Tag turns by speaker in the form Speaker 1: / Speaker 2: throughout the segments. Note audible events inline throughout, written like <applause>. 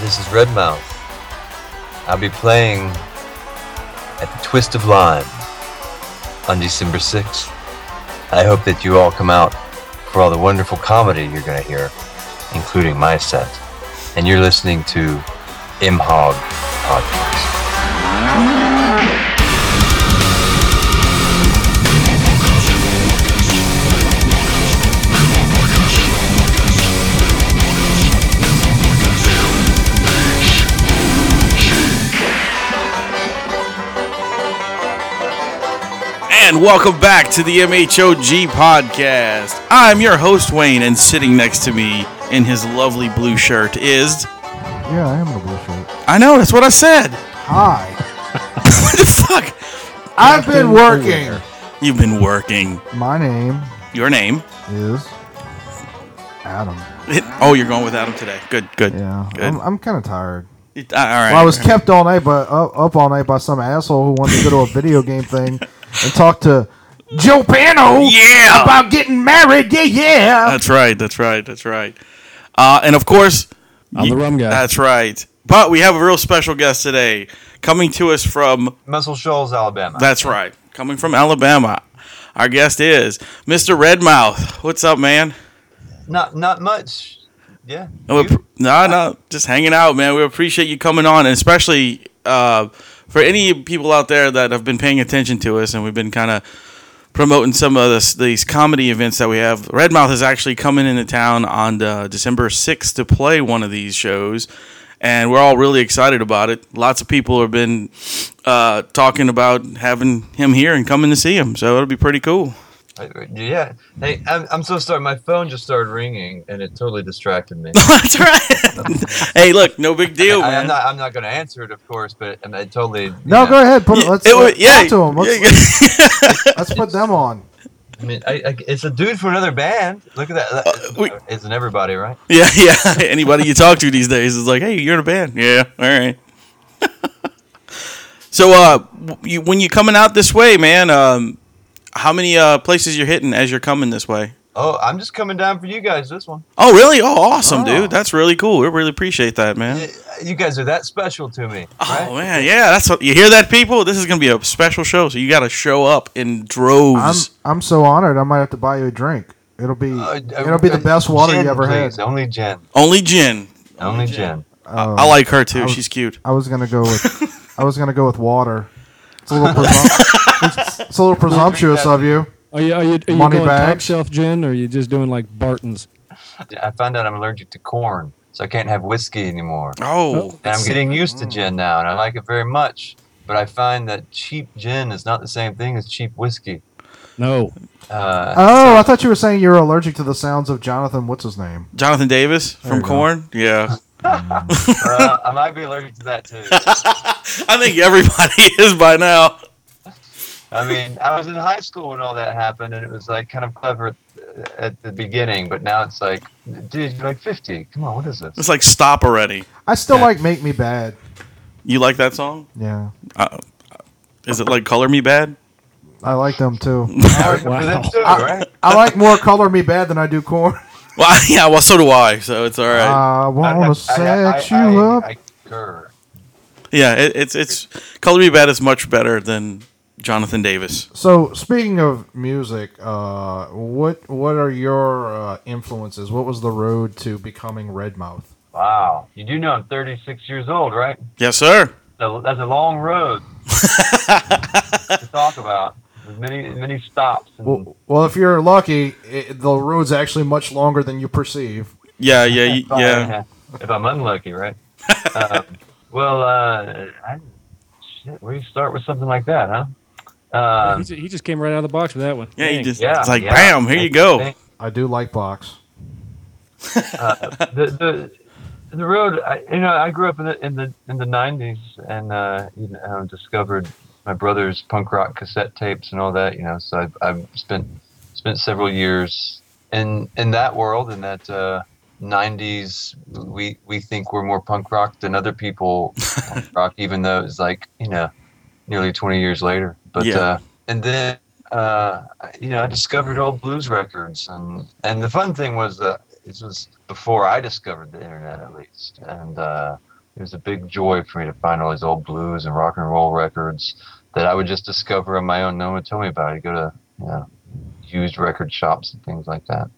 Speaker 1: This is Redmouth. I'll be playing at the Twist of Lime on December 6th. I hope that you all come out for all the wonderful comedy you're going to hear, including my set. And you're listening to Imhog Podcast.
Speaker 2: And welcome back to the MHOG podcast. I'm your host, Wayne, and sitting next to me in his lovely blue shirt is.
Speaker 3: Yeah, I am in a blue shirt.
Speaker 2: I know, that's what I said. <laughs>
Speaker 3: <laughs> Hi.
Speaker 2: what the fuck?
Speaker 3: I've been working.
Speaker 2: You've been working.
Speaker 3: My name
Speaker 2: Your name.
Speaker 3: is Adam.
Speaker 2: It- oh, you're going with Adam today. Good, good.
Speaker 3: Yeah,
Speaker 2: Good.
Speaker 3: I'm, I'm kind of tired.
Speaker 2: It- uh, all right.
Speaker 3: Well, I was kept all night, but up, up all night by some asshole who wanted to go to a video game thing and talk to Joe Pano
Speaker 2: Yeah!
Speaker 3: about getting married. Yeah, yeah.
Speaker 2: That's right. That's right. That's right. Uh, and of course,
Speaker 4: I'm the rum guy.
Speaker 2: that's right. But we have a real special guest today coming to us from.
Speaker 1: Muscle Shoals, Alabama.
Speaker 2: That's right. Coming from Alabama. Our guest is Mr. Redmouth. What's up, man?
Speaker 1: not not much. Yeah.
Speaker 2: No,
Speaker 1: You?
Speaker 2: no, no, just hanging out, man. We appreciate you coming on, and especially uh, for any people out there that have been paying attention to us, and we've been kind of promoting some of this, these comedy events that we have. Redmouth is actually coming into town on uh, December sixth to play one of these shows, and we're all really excited about it. Lots of people have been uh, talking about having him here and coming to see him, so it'll be pretty
Speaker 3: <laughs>
Speaker 2: cool.
Speaker 1: Uh, Yeah. Hey, I'm, I'm so sorry. My phone just started ringing and it totally distracted me.
Speaker 2: That's right. hey, look, no big deal,
Speaker 1: I,
Speaker 2: man.
Speaker 1: am not. I'm not going to answer it, of course, but I, mean, I totally. you
Speaker 3: No,
Speaker 1: know,
Speaker 3: go ahead. Put it, let's
Speaker 2: It wa-
Speaker 3: let's
Speaker 2: yeah,
Speaker 3: talk to him. Let's,
Speaker 2: yeah.
Speaker 3: let's put them on.
Speaker 1: I mean, I, I, it's a dude from another band. Look at that. That-
Speaker 2: Uh, we-
Speaker 1: It's an everybody, right?
Speaker 2: <laughs> Yeah, yeah. Anybody you talk to these days is like, "Hey, you're in a band." Yeah, all right. <laughs> so, uh, w- you, when you coming out this way, man, um, how many uh, places you're hitting as you're coming this way?
Speaker 1: Oh, I'm just coming down for you guys. This one.
Speaker 2: Oh, really? Oh, awesome,
Speaker 3: Oh.
Speaker 2: dude. That's really cool. We really appreciate that, man.
Speaker 1: Y- Uh, You guys are that special to me. Right?
Speaker 2: Oh man, yeah. That's what you hear that, people. This is gonna be a special show, so you got to show up in
Speaker 3: I'm
Speaker 2: droves.
Speaker 3: I'm so honored. I might have to buy you a drink. It'll be
Speaker 1: Uh,
Speaker 3: it'll be the
Speaker 1: uh,
Speaker 3: best water
Speaker 1: gin,
Speaker 3: you ever
Speaker 1: please.
Speaker 3: had.
Speaker 1: Only Jen.
Speaker 2: Only Jen.
Speaker 1: Only Jen.
Speaker 3: Oh.
Speaker 2: I like her too.
Speaker 3: was-
Speaker 2: She's cute.
Speaker 3: I was gonna go with I was gonna go with water. It's a little presump- it's, it's a little presumptuous of you.
Speaker 4: Are you are you, are you
Speaker 3: Money
Speaker 4: going top
Speaker 3: bags.
Speaker 4: shelf gin, or are you just doing like Barton's?
Speaker 1: I found out I'm allergic to corn, so I can't have whiskey anymore.
Speaker 2: Oh,
Speaker 1: And I'm
Speaker 2: that's-
Speaker 1: getting used to gin now, and I like it very much. But I find that cheap gin is not the same thing as cheap whiskey.
Speaker 4: No,
Speaker 3: <laughs>
Speaker 1: Uh,
Speaker 3: Oh, I thought you were saying you were allergic to the sounds of Jonathan. What's his name?
Speaker 2: Jonathan Davis from
Speaker 3: you go.
Speaker 2: Corn.
Speaker 3: <laughs>
Speaker 2: Yeah.
Speaker 1: well, I might be allergic to that too.
Speaker 2: I think everybody <laughs> is by now.
Speaker 1: I mean, I was in high school when all that happened, and it was like kind of clever at- at the beginning, but now it's like, dude, you're like 50. Come on, what is this?
Speaker 2: It's like stop already.
Speaker 3: I still
Speaker 2: Yeah.
Speaker 3: like "Make Me Bad."
Speaker 2: You like that song?
Speaker 3: Yeah,
Speaker 2: Is it like Color Me Bad?
Speaker 3: I like them
Speaker 1: <laughs>
Speaker 3: too.
Speaker 1: For them
Speaker 4: wow.
Speaker 1: too, right?
Speaker 3: I like more "Color Me Bad" than I do "Corn."
Speaker 2: <laughs> Well, yeah. Well, so do I. So it's all right.
Speaker 3: I
Speaker 1: I- I- I-
Speaker 3: wanna set you
Speaker 1: I- I-
Speaker 3: up.
Speaker 1: I concur.
Speaker 2: yeah, it, it's it's Color Me Bad is much better than Jonathan Davis.
Speaker 3: so, speaking of music, uh, what what are your uh, influences? What was the road to becoming Redmouth?
Speaker 1: Wow. You do know I'm 36 years old, right?
Speaker 2: Yes, sir.
Speaker 1: So that's a long road to talk about. With many, many stops. and-
Speaker 3: Well, well, if you're lucky, it, the road's actually much longer than you perceive.
Speaker 2: Yeah, yeah, y- <laughs>
Speaker 1: Oh,
Speaker 2: yeah.
Speaker 1: If I'm unlucky, right? um, well, uh, I, shit, where do you start with something like that, huh? Um,
Speaker 4: He's- he just came right out of the box with that one.
Speaker 2: Yeah, you
Speaker 4: Dang.
Speaker 2: just
Speaker 1: yeah,
Speaker 2: it's like
Speaker 1: yeah.
Speaker 2: bam, here you go.
Speaker 3: I do like box.
Speaker 1: Uh,
Speaker 2: <laughs>
Speaker 1: the the the road. I, you know, I grew up in the in the in the nineties, and uh, you know, discovered my brother's punk rock cassette tapes and all that. You know, so I've, I've spent spent several years in in that world, in that uh, '90s. We we think we're more punk rock than other people punk rock, even though it's like you know, nearly 20 years later. But
Speaker 2: Yeah.
Speaker 1: uh, and then. Uh, you know, I discovered old blues records, and and the fun thing was that this was before I discovered the internet, at least. And uh, it was a big joy for me to find all these old blues and rock and roll records that I would just discover on my own. No one would tell me about. it. I'd go to you know, used record shops and things like that.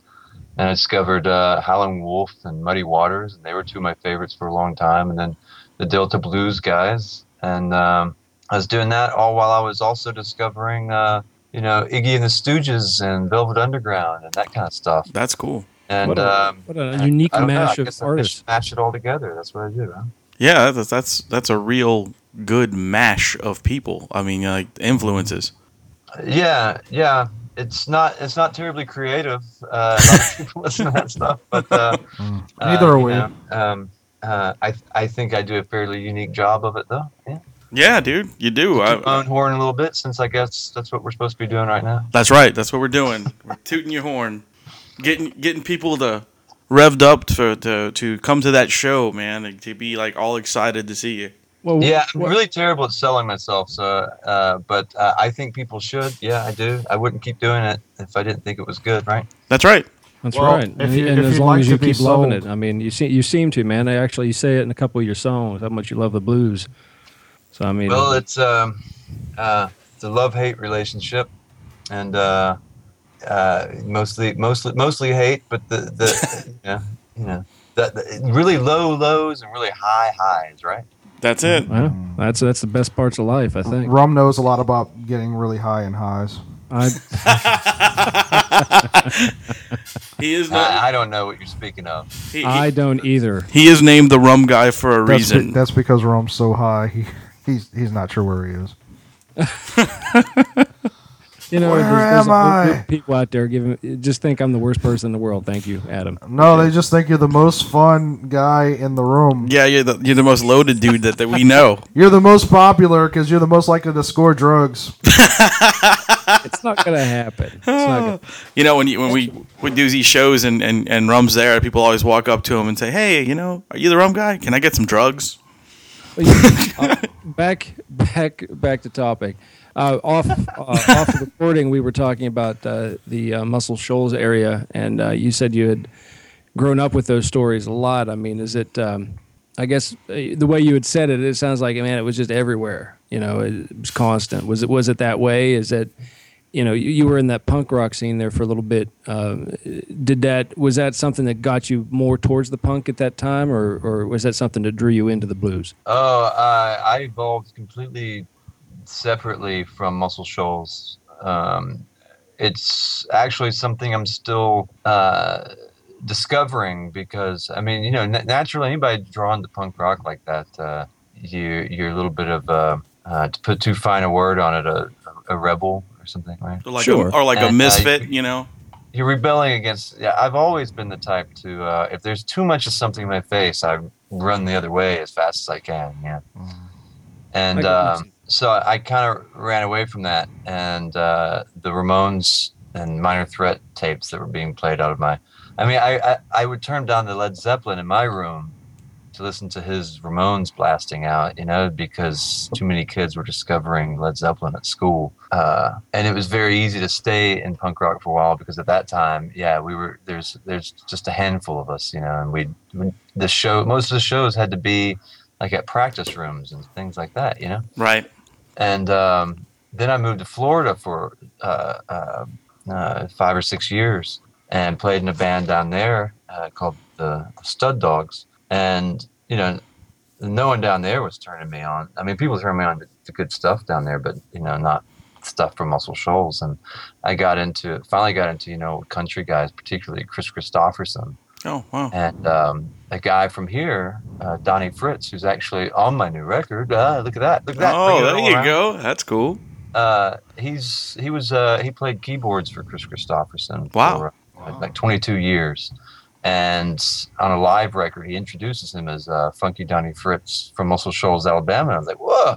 Speaker 1: And I discovered uh, Howlin' Wolf and Muddy Waters, and they were two of my favorites for a long time. And then the Delta Blues guys, and um, I was doing that all while I was also discovering, uh, you know, Iggy and the Stooges and Velvet Underground and that kind of stuff.
Speaker 2: That's cool.
Speaker 1: And
Speaker 4: what, a,
Speaker 1: um,
Speaker 4: what a unique
Speaker 1: I don't know,
Speaker 4: mash
Speaker 1: I
Speaker 4: of
Speaker 1: guess I
Speaker 4: artists.
Speaker 1: just match it all together. That's what I do. Huh?
Speaker 2: Yeah, that's that's that's a real good mash of people. I mean, like influences.
Speaker 1: Yeah, yeah. It's not it's not terribly creative. Uh,
Speaker 3: <laughs>
Speaker 1: a lot of people listen to that stuff, but uh,
Speaker 3: Mm.
Speaker 1: uh,
Speaker 3: Neither are
Speaker 1: you
Speaker 3: we.
Speaker 1: know, um, uh, I I think I do a fairly unique job of it though. Yeah,
Speaker 2: Yeah, dude, you do.
Speaker 1: toot my
Speaker 2: I,
Speaker 1: own horn a little bit since I guess that's what we're supposed to be doing right now.
Speaker 2: that's right. That's what we're doing. We're tooting your horn, getting getting people to revved up to to, to come to that show, man, and to be like all excited to see you.
Speaker 4: Well,
Speaker 1: Yeah, I'm
Speaker 4: what-
Speaker 1: really terrible at selling myself. So, uh, but uh, I think people should. Yeah, I do. I wouldn't keep doing it if I didn't think it was good, right?
Speaker 2: That's right.
Speaker 4: That's
Speaker 3: Well,
Speaker 4: right.
Speaker 3: if
Speaker 4: And,
Speaker 3: you-
Speaker 4: and
Speaker 3: if
Speaker 4: as
Speaker 3: you'd
Speaker 4: long
Speaker 3: like
Speaker 4: as you
Speaker 3: to be
Speaker 4: keep loving
Speaker 3: sold-
Speaker 4: it, I mean, you see, you seem to, man. They actually say it in a couple of your songs how much you love the blues. So I mean,
Speaker 1: Well, it's um, uh, it's a love hate relationship, and uh, uh, mostly mostly mostly hate, but the the <laughs> yeah you know that the, really low lows and really high highs, right?
Speaker 2: That's it.
Speaker 4: well, that's that's the best parts of life, I think.
Speaker 3: Rum knows a lot about getting really high and highs.
Speaker 2: <laughs>
Speaker 4: I,
Speaker 2: He is not.
Speaker 1: I, I don't know what you're speaking of.
Speaker 2: He,
Speaker 4: I
Speaker 2: he,
Speaker 4: don't either.
Speaker 2: he is named the rum guy for a
Speaker 3: That's, be-
Speaker 2: reason.
Speaker 3: that's because Rum's so high, he, he's he's not sure where he is.
Speaker 4: You know,
Speaker 3: Where
Speaker 4: there's, there's
Speaker 3: am
Speaker 4: a- there's
Speaker 3: I?
Speaker 4: people out there giving just think I'm the worst person in the world. Thank you, Adam.
Speaker 3: No, they just think you're the most fun guy in the room.
Speaker 2: yeah, you're the you're the most loaded dude that, that we know.
Speaker 3: You're the most popular because you're the most likely to score drugs.
Speaker 4: It's not gonna happen. It's not gonna,
Speaker 2: You know, when you, when we would do these shows and, and, and Rum's there, people always walk up to him and say, "Hey, you know, are you the Rum guy? Can I get some drugs?"
Speaker 4: Uh, back back back to topic uh, off uh, off the recording we were talking about uh, the uh, muscle shoals area and uh, you said you had grown up with those stories a lot i mean is it um, i guess uh, the way you had said it it sounds like man it was just everywhere you know it, was constant was it was it that way is that you know you, you were in that punk rock scene there for a little bit um, did that was that something that got you more towards the punk at that time or, or was that something that drew you into the blues
Speaker 1: Oh, uh, I evolved completely separately from Muscle Shoals. Um, it's actually something I'm still uh, discovering because I mean, you know, na naturally anybody drawn to punk rock like that, uh, you you're a little bit of uh, uh, to put too fine a word on it, a, a rebel or something, right?
Speaker 2: Or like
Speaker 4: Sure.
Speaker 2: a, or like
Speaker 1: And,
Speaker 2: a
Speaker 1: uh,
Speaker 2: misfit, you know?
Speaker 1: you're rebelling against yeah i've always been the type to uh, if there's too much of something in my face i run the other way as fast as i can yeah
Speaker 4: I
Speaker 1: and
Speaker 4: can
Speaker 1: um,
Speaker 4: understand.
Speaker 1: so i kind of ran away from that and uh, the ramones and minor threat tapes that were being played out of my i mean i i, I would turn down the led zeppelin in my room to listen to his Ramones blasting out, you know, because too many kids were discovering Led Zeppelin at school. Uh, and it was very easy to stay in punk rock for a while because at that time, yeah, we were there's there's just a handful of us, you know, and we the show most of the shows had to be like at practice rooms and things like that, you know.
Speaker 2: Right.
Speaker 1: And um, then I moved to Florida for uh, uh, uh, five or six years and played in a band down there uh, called the Stud Dogs. And, you know, no one down there was turning me on. I mean, people turned me on to, to good stuff down there, but, you know, not stuff from Muscle Shoals. And I got into, finally got into, you know, country guys, particularly Chris Christopherson
Speaker 2: Oh, wow.
Speaker 1: and um, a guy from here, uh, Donnie Fritz, who's actually on my new record. Ah, look at that! Look at that!
Speaker 2: Oh,
Speaker 1: bringing it
Speaker 2: there
Speaker 1: all
Speaker 2: you
Speaker 1: around.
Speaker 2: go. That's cool.
Speaker 1: Uh, he's he was uh, he played keyboards for Chris Christopherson.
Speaker 2: Wow.
Speaker 1: For, uh, Like 22 years, and on a live record, he introduces him as uh, Funky Donnie Fritz from Muscle Shoals, Alabama. And I was like, whoa,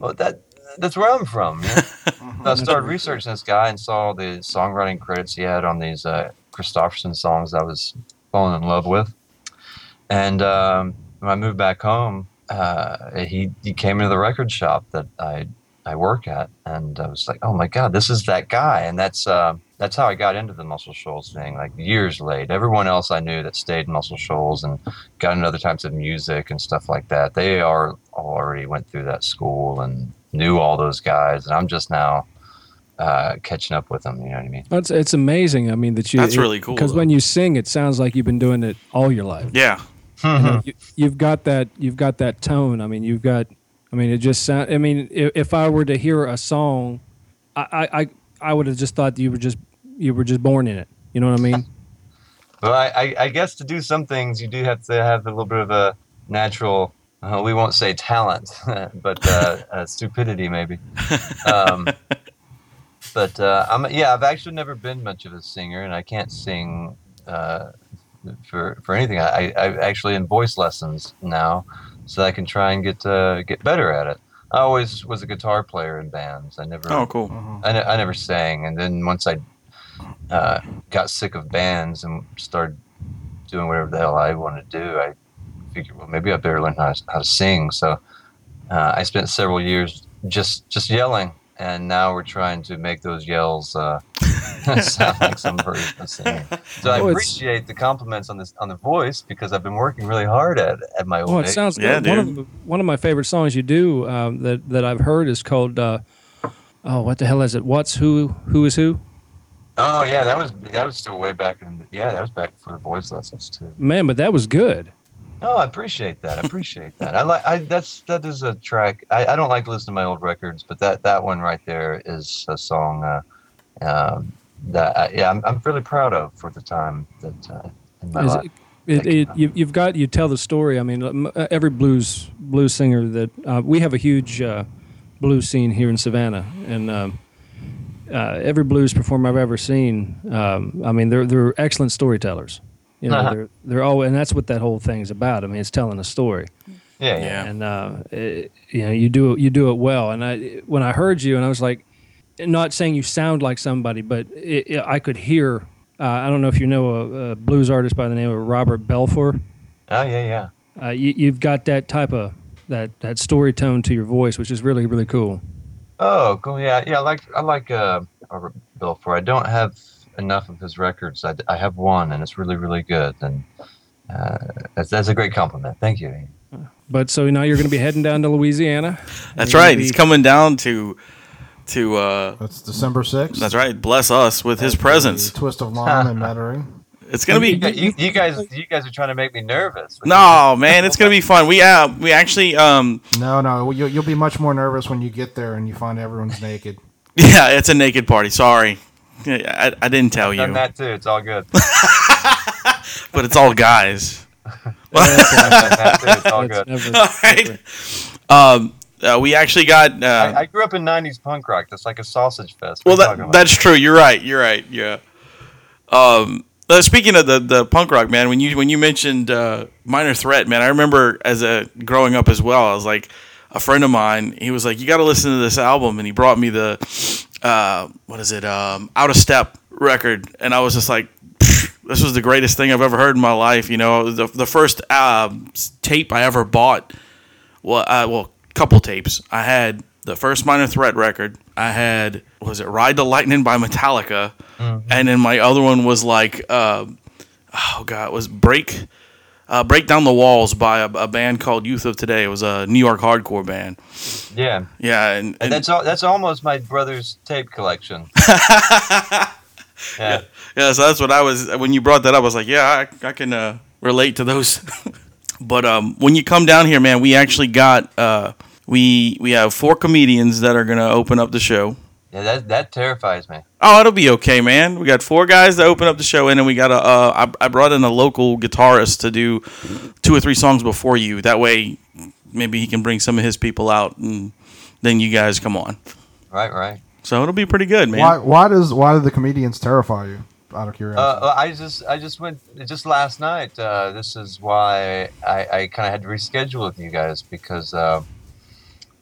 Speaker 1: well that that's where I'm from. you know? I started researching this guy and saw the songwriting credits he had on these uh, Christopherson songs I was falling in love with. And um, when I moved back home, uh, he, he came into the record shop that I I work at, and I was like, oh my god, this is that guy, and that's uh, that's how I got into the Muscle Shoals thing. Like years late, everyone else I knew that stayed in Muscle Shoals and got into other types of music and stuff like that, they are already went through that school and knew all those guys, and I'm just now uh, catching up with them. You know what I mean?
Speaker 4: That's it's amazing. I mean that you
Speaker 2: That's really cool,
Speaker 4: because
Speaker 2: though.
Speaker 4: when you sing, it sounds like you've been doing it all your life.
Speaker 2: Yeah.
Speaker 4: You know, you, you've got that you've got that tone. I mean, you've got. I mean, it just sound. I mean, if, if I were to hear a song, I I I, I would have just thought that you were just you were just born in it. You know what
Speaker 2: <laughs>
Speaker 4: I mean?
Speaker 1: Well, I, I, I guess to do some things, you do have to have a little bit of a natural, uh, we won't say talent, <laughs> but uh, uh, stupidity maybe. Um, but uh, I'm, yeah, I've actually never been much of a singer, and I can't sing uh, for for anything. I, I I'm actually in voice lessons now, so I can try and get uh, get better at it. I always was a guitar player in bands. I never
Speaker 2: Oh, cool.
Speaker 1: I, ne- I never sang, and then once I uh, got sick of bands and started doing whatever the hell I wanted to do, I figured, well, maybe I better learn how to, how to sing. So uh, I spent several years just just yelling, and now we're trying to make those yells uh, <laughs> sound like some version of singing. So I
Speaker 4: Well, it's-
Speaker 1: appreciate the compliments on this on the voice because I've been working really hard at at my old
Speaker 4: Well, Oh, it
Speaker 1: age.
Speaker 4: sounds
Speaker 2: Yeah,
Speaker 4: good. One,
Speaker 2: dude.
Speaker 4: of, one of my favorite songs you do um, that that I've heard is called. Uh, oh, what the hell is it? What's who? Who is who?
Speaker 1: oh yeah, that was that was still way back in. Yeah, that was back before the voice lessons too.
Speaker 4: Man, but that was good.
Speaker 1: No, Oh, I appreciate that. I appreciate that. I like. I that's that is a track. I, I don't like listening to my old records, but that that one right there is a song uh, um, that I, yeah I'm, I'm really proud of for the time that uh, in my
Speaker 4: Is
Speaker 1: life.
Speaker 4: it, it,
Speaker 1: Thank you.
Speaker 4: it, you, you've got you tell the story. I mean, um, uh, every blues blues singer that uh, we have a huge uh, blues scene here in Savannah, and um, uh, every blues performer I've ever seen, um, I mean, they're they're excellent storytellers. You know,
Speaker 1: Uh-huh.
Speaker 4: they're they're all, and that's what that whole thing's about. I mean, it's telling a story
Speaker 1: yeah, yeah,
Speaker 2: Yeah.
Speaker 4: and uh, it, you know you do you do it well. And I when I heard you, and I was like, not saying you sound like somebody, but it, it, I could hear. Uh, I don't know if you know a, a blues artist by the name of Robert Belfour.
Speaker 1: Oh yeah, yeah.
Speaker 4: Uh, you, you've got that type of that that story tone to your voice, which is really really cool.
Speaker 1: Oh, cool. Yeah, yeah. I like I like uh, Robert Belfour. I don't have enough of his records. I, I have one, and it's really really good. And uh, that's that's a great compliment. Thank you.
Speaker 4: But so now you're going to be heading down to Louisiana.
Speaker 2: That's
Speaker 4: You're gonna
Speaker 2: right. He's
Speaker 4: be-
Speaker 2: coming down to to uh
Speaker 3: That's December sixth.
Speaker 2: that's right, bless us with his presence.
Speaker 3: Twist of Lime <laughs> and Mettering.
Speaker 2: It's going
Speaker 1: <laughs>
Speaker 2: to <laughs>
Speaker 1: You,
Speaker 2: be
Speaker 1: you, you guys you guys are trying to make me nervous.
Speaker 2: No, man, it's going to be fun. We uh we actually um <laughs>
Speaker 3: No, no, you'll, you'll be much more nervous when you get there and you find everyone's naked.
Speaker 2: yeah, it's a naked party. Sorry. I, I didn't tell you.
Speaker 1: Done that too. It's all good.
Speaker 2: But it's all guys.
Speaker 1: it's all
Speaker 4: That's
Speaker 1: good.
Speaker 4: never-
Speaker 2: all right. Um uh, we actually got uh,
Speaker 1: I, I grew up in '90s punk rock. That's like a sausage fest. What are you
Speaker 2: Well, that,
Speaker 1: talking about?
Speaker 2: that's true. You're right. You're right. Yeah. Um. uh, speaking of the, the punk rock man, when you when you mentioned uh, Minor Threat, man, I remember as a growing up as well. I was like a friend of mine. He was like, "You got to listen to this album," and he brought me the uh, what is it? Um, Out of Step record, and I was just like, "This was the greatest thing I've ever heard in my life." You know, it was the the first uh, tape I ever bought well, I, well, couple tapes. I had the first Minor Threat record. I had what was it Ride the Lightning by Metallica, and then my other one was like, uh, oh god, it was Break, uh, Break Down the Walls by a, a band called Youth of Today. It was a New York hardcore band.
Speaker 1: yeah.
Speaker 2: Yeah, and,
Speaker 1: And
Speaker 2: and-
Speaker 1: that's all. That's almost my brother's tape collection.
Speaker 2: <laughs>
Speaker 1: yeah.
Speaker 2: yeah, so that's what I was when you brought that up. I was like, yeah, I, I can uh, relate to those. <laughs> but um, when you come down here, man, we actually got uh, we we have four comedians that are gonna open up the show.
Speaker 1: yeah, that that terrifies me.
Speaker 2: Oh, it'll be okay, man. We got four guys to open up the show, and then we got a. Uh, I, I brought in a local guitarist to do two or three songs before you. That way, maybe he can bring some of his people out, and then you guys come on.
Speaker 1: Right, right.
Speaker 2: So it'll be pretty good, man.
Speaker 3: Why? Why does? Why do the comedians terrify you? Out of curiosity.
Speaker 1: Uh, I just I just went just last night. Uh, this is why I, I kind of had to reschedule with you guys because uh,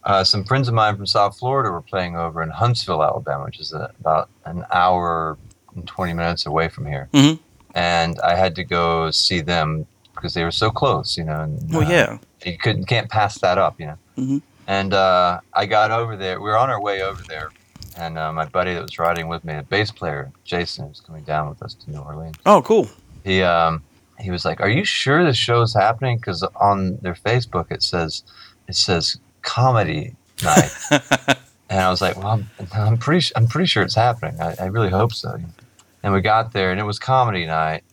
Speaker 1: uh, some friends of mine from South Florida were playing over in Huntsville, Alabama, which is uh about an hour and twenty minutes away from here.
Speaker 2: Mhm.
Speaker 1: And I had to go see them because they were so close, you know. And,
Speaker 2: Well,
Speaker 1: uh,
Speaker 2: Oh, yeah.
Speaker 1: you couldn't can't pass that up, you know.
Speaker 2: Mhm.
Speaker 1: And uh, I got over there. We were on our way over there, and uh, my buddy that was riding with me, the bass player Jason, who's coming down with us to New Orleans.
Speaker 2: Oh, cool.
Speaker 1: He um he was like, "Are you sure the show's happening?" Because on their Facebook it says it says comedy night, and I was like, "Well, I'm, I'm pretty su- I'm pretty sure it's happening. I, I really hope so." And we got there, and it was comedy night,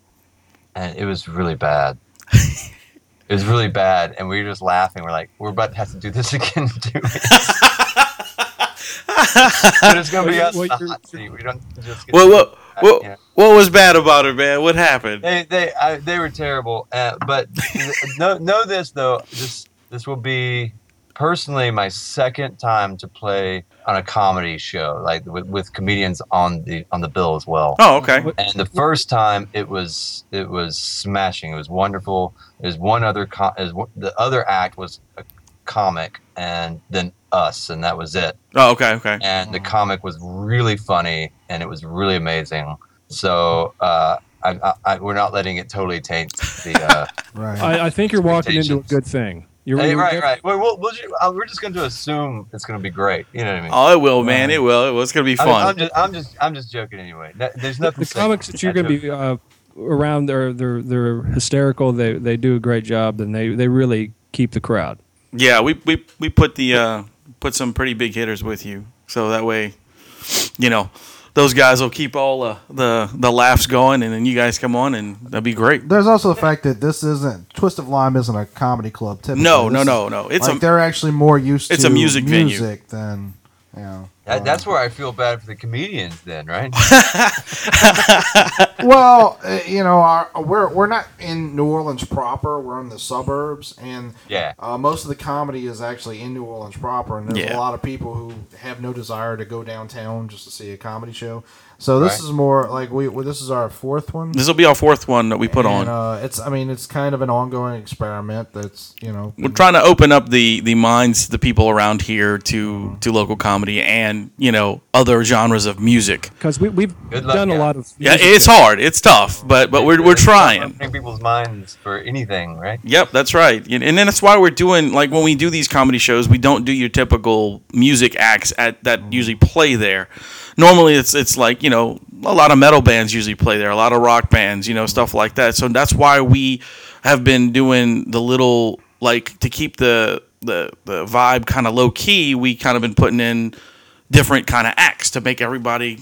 Speaker 1: and it was really bad. it was really bad, and we were just laughing. We're like, "We're about to have to do this <laughs> again in two weeks." but it's gonna be
Speaker 4: Well,
Speaker 1: us
Speaker 4: you-
Speaker 1: in the
Speaker 4: well, you're-
Speaker 1: hot seat. We don't just get
Speaker 2: What
Speaker 1: to-
Speaker 2: what what,
Speaker 1: Yeah.
Speaker 2: what was bad about it, man? What happened?
Speaker 1: They they I, they were terrible. Uh, but know know this though this this will be personally my second time to play on a comedy show like with, with comedians on the on the bill as well.
Speaker 2: Oh, <laughs> okay.
Speaker 4: What-
Speaker 1: And the first time it was it was smashing. It was wonderful. There's one other co- is one- the other act was a comic and then us and that was it
Speaker 2: Oh, okay, okay.
Speaker 1: and the comic was really funny and it was really amazing. So uh, I, I, I, we're not letting it totally taint the.
Speaker 2: <laughs>
Speaker 1: Uh,
Speaker 3: Right.
Speaker 4: I, I think you're walking into a
Speaker 1: Expectations.
Speaker 4: good thing. You're
Speaker 1: hey,
Speaker 4: you're
Speaker 1: right,
Speaker 4: def-
Speaker 1: right. We're, we'll, we'll ju- uh, we're just going to assume it's going to be great. You know what I mean?
Speaker 2: Oh, it will, man. It will. It was gonna be
Speaker 1: I
Speaker 2: fun.
Speaker 1: am just, I'm just, I'm just joking anyway. No- There's nothing.
Speaker 4: The
Speaker 1: sacred
Speaker 4: comics that you're
Speaker 1: in
Speaker 4: going to be uh, around, they're, they're, they're hysterical. They, they do a great job, and they, they really keep the crowd.
Speaker 2: Yeah, we, we, we put the uh, put some pretty big hitters with you, so that way, you know, those guys will keep all uh, the the laughs going, and then you guys come on, and that'd be great.
Speaker 3: There's also the fact that this isn't Twist of Lime isn't a comedy club. Typically.
Speaker 2: No,
Speaker 3: This
Speaker 2: no,
Speaker 3: is-
Speaker 2: no, no. It's
Speaker 3: like
Speaker 2: a
Speaker 3: they're actually more used
Speaker 2: it's
Speaker 3: to
Speaker 2: a music venue.
Speaker 3: music than you know.
Speaker 1: That,
Speaker 3: uh,
Speaker 1: that's where I feel bad for the comedians, then, right?
Speaker 3: well, uh, you know, our, we're we're not in New Orleans proper. We're in the suburbs, and
Speaker 1: yeah.
Speaker 3: uh, most of the comedy is actually in New Orleans proper. And there's
Speaker 2: Yeah.
Speaker 3: a lot of people who have no desire to go downtown just to see a comedy show. So this
Speaker 1: Right.
Speaker 3: is more like we. we- This is our fourth one.
Speaker 2: this will be our fourth one that we put
Speaker 3: and,
Speaker 2: on.
Speaker 3: Uh, it's. I mean, it's kind of an ongoing experiment. That's you know.
Speaker 2: We're trying to open up the the minds, the people around here to to local comedy and you know other genres of music.
Speaker 4: Because we, we've
Speaker 1: Good luck,
Speaker 4: done a
Speaker 1: guys.
Speaker 4: lot of.
Speaker 2: Yeah, it's hard. It's tough, <laughs> but but we're we're
Speaker 1: It's not
Speaker 2: trying.
Speaker 1: Opening people's minds for anything, right?
Speaker 2: Yep, that's right. And and then that's why we're doing like when we do these comedy shows, we don't do your typical music acts at
Speaker 4: Mm-hmm.
Speaker 2: that usually play there. Normally it's it's like, you know, a lot of metal bands usually play there, a lot of rock bands, you know, stuff like that. So that's why we have been doing the little like to keep the the, the vibe kind of low key, we kind of been putting in different kind of acts to make everybody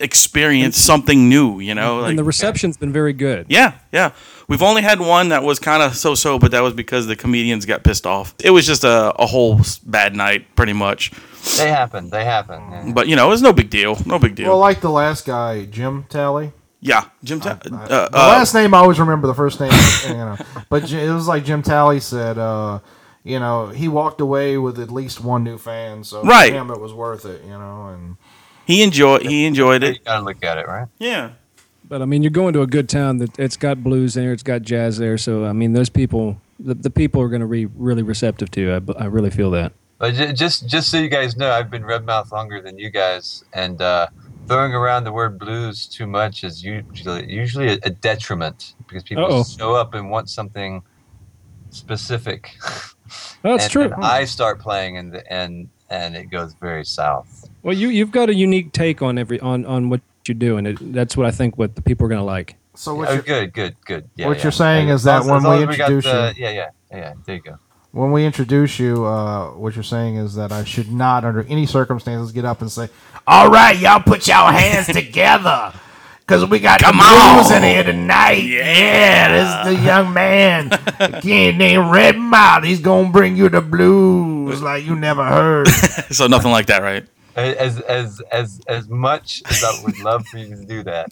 Speaker 2: experience something new, you know.
Speaker 4: and the
Speaker 2: like-
Speaker 4: reception's been very good.
Speaker 2: yeah, yeah. We've only had one that was kind of so-so, but that was because the comedians got pissed off. It was just a, a whole s- bad night, pretty much.
Speaker 1: They happen. They happen. yeah.
Speaker 2: But you know, it was no big deal. No big deal.
Speaker 3: Well, like the last guy, Jim Talley.
Speaker 2: yeah, Jim. Ta- uh,
Speaker 3: The
Speaker 2: uh,
Speaker 3: last name I always remember the first name, <laughs> you know. But J- it was like Jim Talley said, uh, you know, he walked away with at least one new fan, so
Speaker 2: Right.
Speaker 3: for him it was worth it, you know. And
Speaker 2: he enjoyed. He enjoyed
Speaker 1: You
Speaker 2: it.
Speaker 1: gotta look at it, right?
Speaker 2: Yeah.
Speaker 4: But I mean, you're going to a good town that it's got blues there, it's got jazz there. So I mean, those people, the, the people are going to be really receptive to. I, b- I really feel that.
Speaker 1: But ju- just just so you guys know, I've been red mouth longer than you guys, and uh, throwing around the word blues too much is usually usually a, a detriment because people
Speaker 4: Uh-oh.
Speaker 1: show up and want something specific.
Speaker 4: That's
Speaker 1: and,
Speaker 4: true.
Speaker 1: and I start playing, and the- and and it goes very south.
Speaker 4: well, you you've got a unique take on every on on what you do, and it, that's what I think what the people are going to <laughs> like.
Speaker 3: so what
Speaker 1: Oh,
Speaker 3: you're,
Speaker 1: good, good, good. Yeah,
Speaker 3: what
Speaker 1: yeah.
Speaker 3: you're saying
Speaker 1: As-
Speaker 3: is that
Speaker 1: as-
Speaker 3: when
Speaker 1: as long
Speaker 3: we
Speaker 1: as got
Speaker 3: introduce
Speaker 1: the- yeah, yeah, yeah. There you go.
Speaker 3: when we introduce you, uh, what you're saying is that I should not, under any circumstances, get up and say, "All right, y'all, put
Speaker 2: <laughs>
Speaker 3: y'all hands together." Cause we got the blues in here tonight. Yeah, this is the young man, again named Red Mouth. He's gonna bring you the blues like you never
Speaker 2: <laughs>
Speaker 3: heard.
Speaker 2: <laughs> So nothing like that, right?
Speaker 1: As as as as much as I would love for you to do that,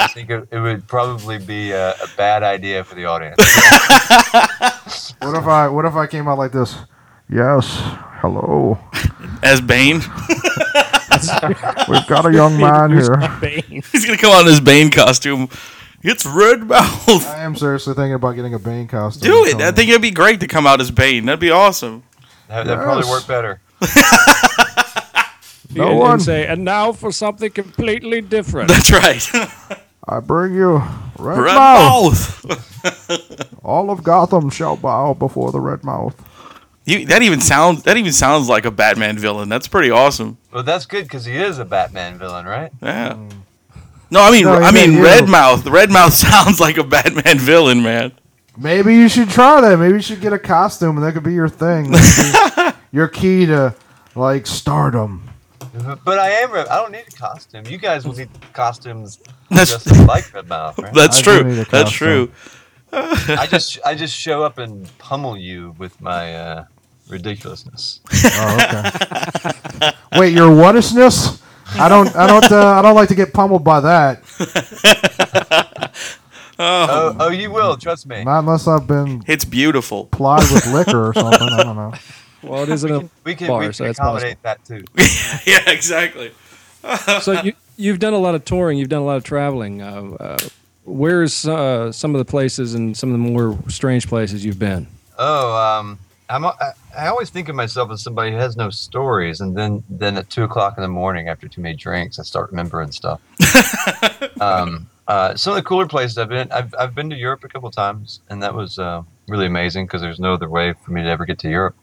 Speaker 1: I think it, it would probably be a, a bad idea for the audience.
Speaker 3: What if I what if I came out like this? Yes, hello.
Speaker 2: As Bane, <laughs>
Speaker 3: We've got a young man here.
Speaker 2: he's gonna come out in his Bane costume. It's red mouth.
Speaker 3: I am seriously thinking about getting a Bane
Speaker 2: <laughs>
Speaker 3: costume.
Speaker 2: Do it. I think it'd be great to come out as Bane. That'd be awesome.
Speaker 1: That that probably
Speaker 3: Yes.
Speaker 1: work better.
Speaker 3: No
Speaker 4: and,
Speaker 3: one.
Speaker 4: and say, and now for something completely
Speaker 1: <laughs>
Speaker 2: <laughs>
Speaker 4: different.
Speaker 2: That's <laughs> right.
Speaker 3: I bring you Red,
Speaker 2: red
Speaker 3: Mouth.
Speaker 2: mouth.
Speaker 3: All of Gotham shall bow before the Red Mouth.
Speaker 2: You, that even sounds that even sounds like a Batman villain. That's pretty awesome.
Speaker 1: Well, that's good because he is a Batman villain, right? <laughs>
Speaker 2: Yeah. No, I mean
Speaker 3: Mm. No,
Speaker 2: I
Speaker 3: he
Speaker 2: mean
Speaker 3: meant you.
Speaker 2: Redmouth. Redmouth <laughs> sounds like a Batman villain, man.
Speaker 3: Maybe you should try that. Maybe you should get a costume, and that could be your thing. Like, your key to like stardom.
Speaker 1: But I am. Red- I don't need a costume. You guys will need costumes
Speaker 2: That's-
Speaker 1: just like Redmouth, right?
Speaker 2: <laughs> That's
Speaker 3: I do
Speaker 2: true.
Speaker 3: need a
Speaker 2: That's
Speaker 3: costume.
Speaker 2: true.
Speaker 1: I just I just show up and pummel you with my uh, ridiculousness.
Speaker 3: Oh, okay. Wait, your whatishness? I don't. I don't. Uh, I don't like to get pummeled by that.
Speaker 1: Oh, oh, you will. Trust me.
Speaker 3: Not unless I've been
Speaker 2: It's beautiful. <laughs>
Speaker 3: plied with liquor or something. I don't know.
Speaker 4: Well, it isn't a
Speaker 1: We can,
Speaker 4: bar,
Speaker 1: we
Speaker 4: so
Speaker 1: can
Speaker 4: that's possible.
Speaker 1: accommodate that too.
Speaker 2: yeah, exactly.
Speaker 4: so you you've done a lot of touring, you've done a lot of traveling. Uh, uh, where's uh, some of the places and some of the more strange places you've been?
Speaker 1: Oh, um, I'm, I, I always think of myself as somebody who has no stories, and then then at two o'clock in the morning after too many drinks, I start remembering stuff. um, uh, some of the cooler places I've been, I've, I've been to Europe a couple times, and that was uh, really amazing because there's no other way for me to ever get to Europe.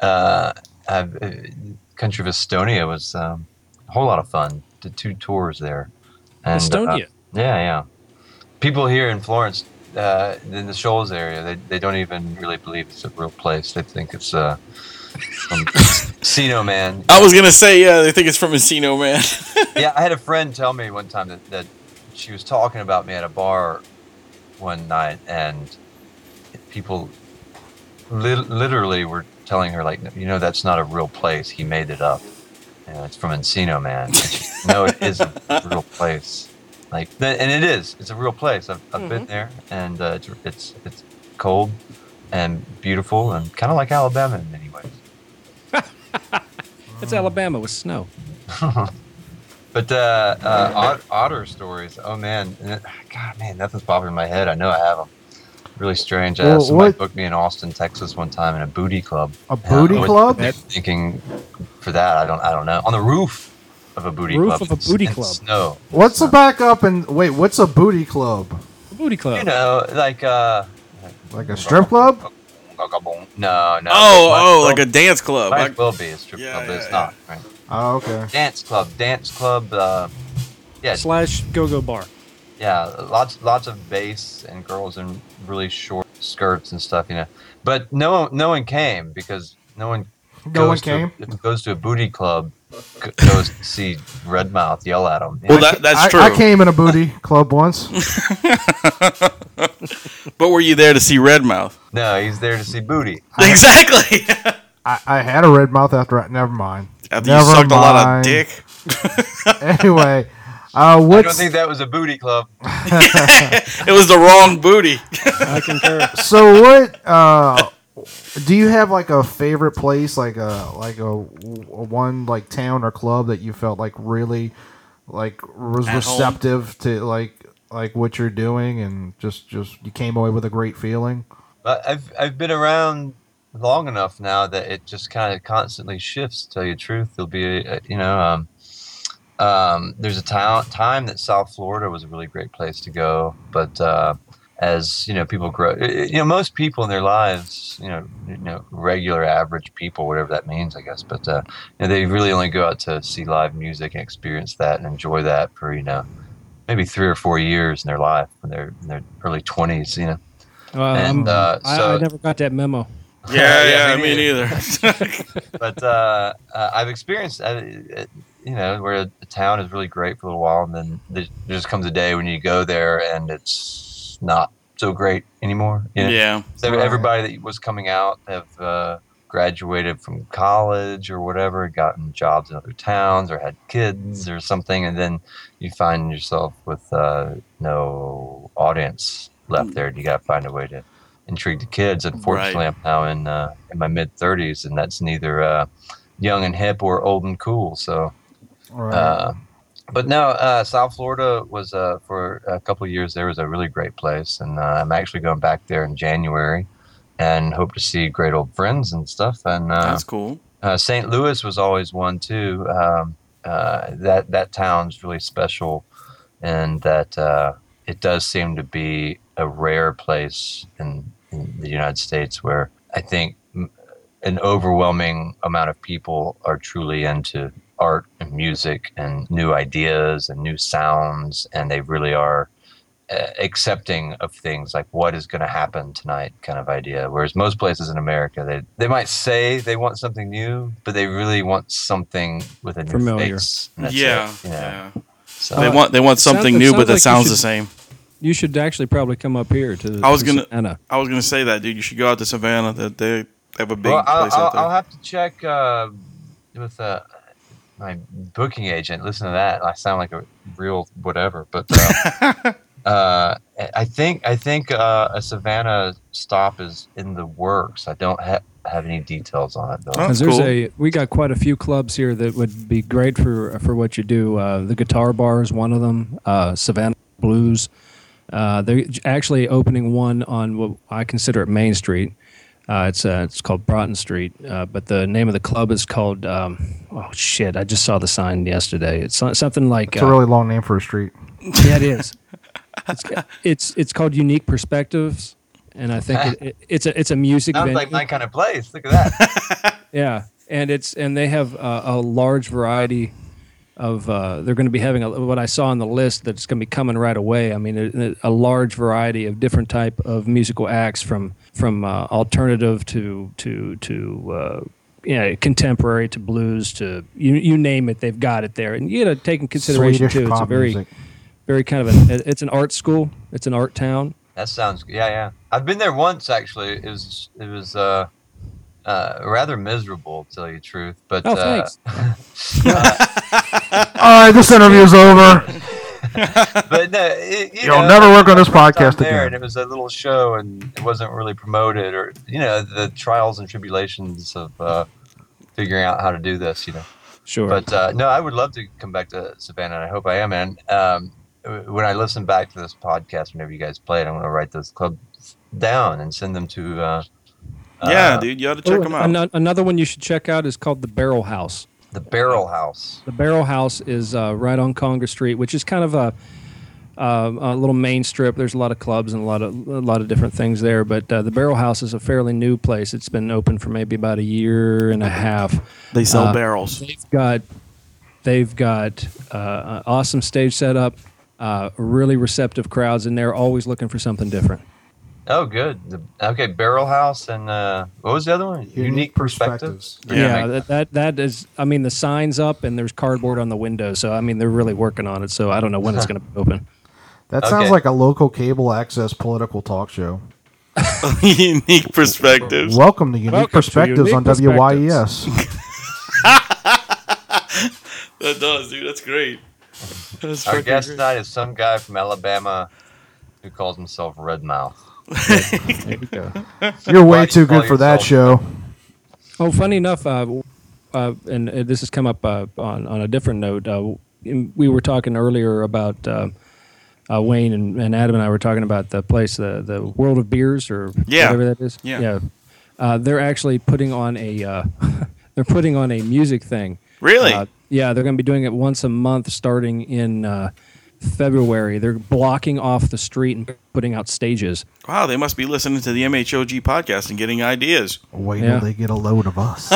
Speaker 1: Uh, I've, uh, country of Estonia was um, a whole lot of fun. Did two tours there. And, uh,
Speaker 4: Estonia.
Speaker 1: yeah, yeah. People here in Florence, uh, in the Shoals area, they, they don't even really believe it's a real place. They think it's uh, some casino man.
Speaker 2: I was gonna say yeah. They think it's from Encino, man.
Speaker 1: <laughs>
Speaker 2: <laughs>
Speaker 1: Yeah, I had a friend tell me one time that, that she was talking about me at a bar one night, and people li- literally were telling her like, you know, that's not a real place. He made it up. You know, it's from Encino Man. And she- <laughs> no, it is a real place. Like, th- and it is. It's a real place. I've, I've been there, and uh, it's it's it's cold and beautiful, and kind of like Alabama in many ways.
Speaker 4: It's Alabama with snow.
Speaker 1: But uh, uh, ot- otter stories. Oh man, Uh, God, man, nothing's popping in my head. I know I have them. Really strange.
Speaker 3: Well,
Speaker 1: Uh, somebody
Speaker 3: what-
Speaker 1: booked me in Austin, Texas, one time in a booty club.
Speaker 3: A
Speaker 1: And I
Speaker 3: booty
Speaker 1: was
Speaker 3: club?
Speaker 1: Thinking for that, I don't, I don't know. On the roof of a booty
Speaker 4: Roof
Speaker 1: club.
Speaker 4: of a booty
Speaker 1: in
Speaker 4: club.
Speaker 1: Snow.
Speaker 3: What's a backup and wait? What's a booty club?
Speaker 4: The booty club.
Speaker 2: Oh.
Speaker 1: You know, like uh.
Speaker 3: Like a strip club?
Speaker 1: No, no.
Speaker 2: Oh, oh, like a dance club.
Speaker 1: Might
Speaker 2: I,
Speaker 1: as well be a strip
Speaker 2: Yeah,
Speaker 1: club, but
Speaker 2: yeah,
Speaker 1: it's
Speaker 2: yeah.
Speaker 1: not. Right?
Speaker 3: Oh, okay.
Speaker 1: Dance club, dance club. Uh, yeah,
Speaker 4: Slash go-go bar.
Speaker 1: yeah lots lots of bass and girls in really short skirts and stuff you know but no one no one came because no one
Speaker 3: No one
Speaker 1: goes to a- goes to a booty club g- goes to see redmouth yell at them
Speaker 2: well, that, that's
Speaker 3: I,
Speaker 2: true.
Speaker 3: I came in a booty club once.
Speaker 2: But were you there to see Redmouth?
Speaker 1: no he's there to see booty
Speaker 2: <laughs> Exactly.
Speaker 3: I, I had a red mouth after. I, never mind.
Speaker 2: After you
Speaker 3: Never
Speaker 2: sucked a lot of
Speaker 3: mind.
Speaker 2: dick.
Speaker 3: <laughs> Anyway, uh,
Speaker 1: i don't
Speaker 3: what's
Speaker 1: think that was a booty club
Speaker 2: It was the wrong booty. <laughs>
Speaker 4: I <laughs> concur.
Speaker 3: so? What uh, do you have like a favorite place, like a like a, w- one like town or club that you felt like really like was
Speaker 2: At home?
Speaker 3: receptive to like like what you're doing and just just you came away with a great feeling?
Speaker 1: but i've i've been around long enough now that it just kind of constantly shifts to tell you the truth there'll be a, you know um um, there's a town, time that South Florida was a really great place to go, but uh, as you know, people grow. i- i- You know, most people in their lives, you know, you know, regular average people, whatever that means, I guess. But uh, you know, they really only go out to see live music and experience that and enjoy that for you know maybe three or four years in their life when they're in their early twenties. You know,
Speaker 4: Um,
Speaker 1: and uh,
Speaker 4: I,
Speaker 1: so
Speaker 4: I never got that memo.
Speaker 2: Yeah, yeah,
Speaker 1: me
Speaker 2: me neither. <laughs>
Speaker 1: but uh, uh, I've experienced, uh, uh, you know, where a, town is really great for a little while, and then there there just comes a day when you go there and it's not so great anymore. you know?
Speaker 2: yeah.
Speaker 1: So
Speaker 3: Right.
Speaker 1: everybody that was coming out have uh, graduated from college or whatever, gotten jobs in other towns or had kids or something, and then you find yourself with uh, no audience left there, and you got to find a way to intrigue the kids. Unfortunately, I'm now in uh, in my mid 30s, and that's neither uh, young and hip or old and cool. So.
Speaker 3: Right.
Speaker 1: Uh, but no, uh, South Florida was uh, for a couple of years there was a really great place, and uh, I'm actually going back there in January, and hope to see great old friends and stuff. And uh,
Speaker 2: That's cool.
Speaker 1: uh, St. Louis was always one too. Um, uh, that that town's really special, and that uh, it does seem to be a rare place in, in the United States where I think m- an overwhelming amount of people are truly into art and music and new ideas and new sounds, and they really are uh, accepting of things like what is going to happen tonight kind of idea. Whereas most places in America, they they might say they want something new, but they really want something with a new
Speaker 4: Familiar.
Speaker 1: face. and
Speaker 2: Yeah,
Speaker 1: that's
Speaker 2: yeah.
Speaker 1: it, you know. So
Speaker 2: They want they want
Speaker 4: sounds-
Speaker 2: something
Speaker 4: it
Speaker 2: new,
Speaker 4: sounds
Speaker 2: but that
Speaker 4: like you
Speaker 2: sounds
Speaker 4: should-
Speaker 2: the same.
Speaker 4: You should actually probably come up here to. The,
Speaker 2: I was
Speaker 4: to
Speaker 2: gonna-
Speaker 4: Savannah.
Speaker 2: I was gonna say that, dude. You should go out to Savannah. That they have a big
Speaker 1: well, I'll,
Speaker 2: place
Speaker 1: I'll,
Speaker 2: out there.
Speaker 1: I'll have to check uh, with uh, my booking agent. Listen to that. I sound like a real whatever, but uh,
Speaker 2: <laughs>
Speaker 1: uh, I think I think uh, a Savannah stop is in the works. I don't ha- have any details on it though.
Speaker 2: Oh.
Speaker 4: Because
Speaker 2: That's
Speaker 4: there's
Speaker 2: cool.
Speaker 4: a we got quite a few clubs here that would be great for for what you do. Uh, the Guitar Bar is one of them. Uh, Savannah Blues. Uh, they're j- actually opening one on what I consider it Main Street. Uh, it's uh, it's called Broughton Street, uh, but the name of the club is called um, oh shit! I just saw the sign yesterday. It's so- something like
Speaker 3: It's a really long name for a street.
Speaker 4: yeah, it is. It's, it's it's called Unique Perspectives, and I think it, it, it's a it's a music
Speaker 1: Sounds
Speaker 4: venue.
Speaker 1: like my kind of place. Look at
Speaker 2: <laughs>
Speaker 1: that.
Speaker 4: Yeah, and it's and they have uh, a large variety of. Uh, they're going to be having a, what I saw on the list that's going to be coming right away. I mean, a, a large variety of different type of musical acts from from uh, alternative to to to. Uh, yeah, contemporary to blues to you, you name it, they've got it there. And you got to take in consideration
Speaker 3: Swedish
Speaker 4: too. It's a
Speaker 3: pop
Speaker 4: very,
Speaker 3: music.
Speaker 4: very kind of an it's an art school. It's an art town.
Speaker 1: that sounds yeah yeah. I've been there once actually. It was it was uh, uh, rather miserable to tell you the truth, but
Speaker 4: Oh,
Speaker 1: uh,
Speaker 4: thanks.
Speaker 3: All right, this interview's over.
Speaker 1: but no, it, you
Speaker 3: You'll
Speaker 1: know,
Speaker 3: never work on this
Speaker 1: down
Speaker 3: podcast
Speaker 1: there, and
Speaker 3: again.
Speaker 1: it was a little show, and it wasn't really promoted, or you know, the trials and tribulations of uh, figuring out how to do this, you know.
Speaker 4: Sure.
Speaker 1: But uh, no, I would love to come back to Savannah, and I hope I am. And um, w- when I listen back to this podcast, whenever you guys play it, I'm going to write those clubs down and send them to. Uh,
Speaker 2: yeah,
Speaker 1: uh,
Speaker 2: dude. You ought to check
Speaker 4: Oh,
Speaker 2: them out.
Speaker 4: ano- Another one you should check out is called the Barrel House.
Speaker 1: the Barrel House.
Speaker 4: The Barrel House is uh, right on Congress Street, which is kind of a, uh, a little main strip. There's a lot of clubs and a lot of a lot of different things there. But uh, the Barrel House is a fairly new place. It's been open for maybe about a year and a half.
Speaker 2: they sell
Speaker 4: uh,
Speaker 2: <laughs> barrels.
Speaker 4: They've got they've got uh, an awesome stage setup, uh, really receptive crowds, and they're always looking for something different.
Speaker 1: Oh, good. The, okay, Barrel House, and uh, what was the other one? Unique, perspectives.
Speaker 2: Yeah.
Speaker 4: Yeah, that, that that is. I mean, the signs up and there's cardboard on the window. So I mean, they're really working on it. So I don't know when it's going to be open.
Speaker 3: That
Speaker 1: Okay.
Speaker 3: sounds like a local cable access political talk show.
Speaker 2: Unique perspectives.
Speaker 3: Welcome to Unique
Speaker 4: Welcome to
Speaker 3: Perspectives
Speaker 4: Unique
Speaker 3: on E
Speaker 4: Perspectives.
Speaker 3: <laughs> WYES.
Speaker 2: That does, dude. That's great. That's
Speaker 1: Our
Speaker 2: freaking
Speaker 1: guest
Speaker 2: great.
Speaker 1: tonight is some guy from Alabama who calls himself Red Mouth.
Speaker 3: You're way
Speaker 1: Right,
Speaker 3: too good
Speaker 1: call
Speaker 3: for that show.
Speaker 4: Oh, funny enough, uh, uh, and uh, this has come up uh, on on a different note. Uh, in- we were talking earlier about uh, uh, Wayne and, and Adam and I were talking about the place, the the World of Beers or
Speaker 2: Yeah.
Speaker 4: whatever that is.
Speaker 2: Yeah.
Speaker 4: Uh, they're actually putting on a uh, <laughs> they're putting on a music thing.
Speaker 2: Really?
Speaker 4: Uh, yeah, they're going to be doing it once a month starting in uh, February. They're blocking off the street and putting out stages.
Speaker 2: wow, they must be listening to the MHOG podcast and getting ideas.
Speaker 3: Wait
Speaker 4: Yeah.
Speaker 3: till they get a load of
Speaker 4: <laughs>
Speaker 3: us.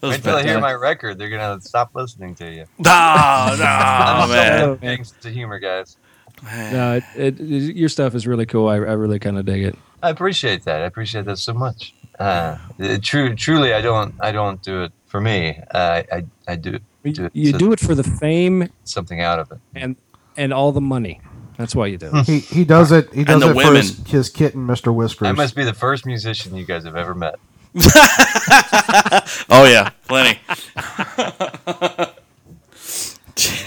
Speaker 2: Those
Speaker 1: Wait till they hear
Speaker 2: bad-
Speaker 1: my record. They're gonna stop listening to you.
Speaker 2: Nah, nah,
Speaker 1: <laughs> I'm so
Speaker 2: man.
Speaker 1: good at things to humor, guys.
Speaker 4: No, it, Uh, it, it- your stuff is really cool. I, I really kind of dig it.
Speaker 1: I appreciate that. I appreciate that so much. Uh, it- true, truly, I don't. I don't do it for me. Uh, I, I do do it
Speaker 4: You
Speaker 1: to
Speaker 4: do it for the fame
Speaker 1: something out of it.
Speaker 4: and and all the money. That's why you do.
Speaker 1: Hmm.
Speaker 4: it.
Speaker 3: <laughs> he, he does it. He does
Speaker 2: the
Speaker 3: it for his,
Speaker 2: women.
Speaker 3: his kitten, Mister Whiskers.
Speaker 1: I must be the first musician you guys have ever met.
Speaker 2: Oh yeah, plenty. <laughs>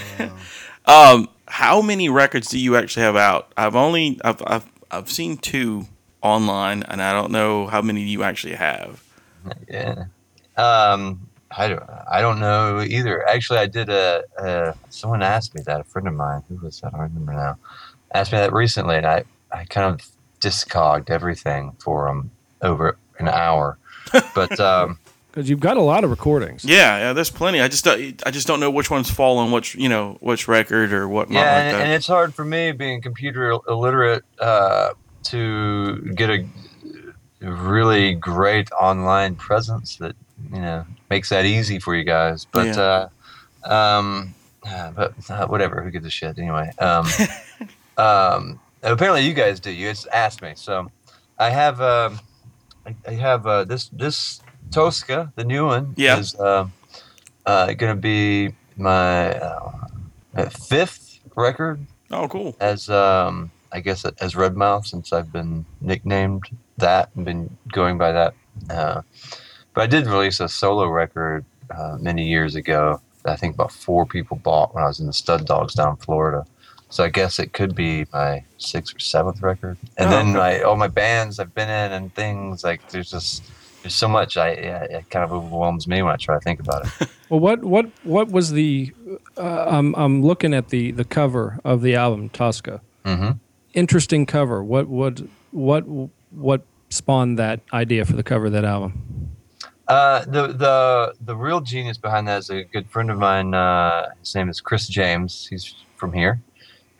Speaker 2: um, how many records do you actually have out? I've only I've, I've I've seen two online, and I don't know how many you actually have.
Speaker 1: Yeah. Um, I don't. I don't know either. Actually, I did a, a. Someone asked me that. A friend of mine. Who was that? I don't remember now. Asked me that recently, and I. I kind of discogged everything for him over an hour, but um,
Speaker 4: Because you've got a lot of recordings.
Speaker 2: Yeah, yeah, there's plenty. I just don't, I just don't know which ones fall on which you know which record or whatnot
Speaker 1: yeah,
Speaker 2: like
Speaker 1: and,
Speaker 2: that.
Speaker 1: and it's hard for me being computer illiterate uh, to get a really great online presence that you know makes that easy for you guys. But uh, um, uh, but uh, whatever, who gives a shit anyway?
Speaker 2: <laughs>
Speaker 1: Um, um, apparently you guys do. You just asked me, so I have um, I, I have uh, this this Tosca, the new one,
Speaker 2: Yeah.
Speaker 1: is uh, uh, going to be my uh, fifth record
Speaker 2: Oh, cool.
Speaker 1: as um I guess as Redmouth since I've been nicknamed that and been going by that. Uh, but I did release a solo record uh, many years ago. That I think about four people bought when I was in the Stud Dogs down in Florida. So I guess it could be my sixth or seventh record. And
Speaker 2: Oh,
Speaker 1: then
Speaker 2: okay.
Speaker 1: my all my bands I've been in and things like there's just there's so much I yeah, it kind of overwhelms me when I try to think about it.
Speaker 4: Well, what what what was the? Uh, I'm I'm looking at the the cover of the album Tosca.
Speaker 1: hmm
Speaker 4: Interesting cover. What what what what spawned that idea for the cover of that album?
Speaker 1: Uh, the the the real genius behind that is a good friend of mine. Uh, his name is Chris James. He's from here,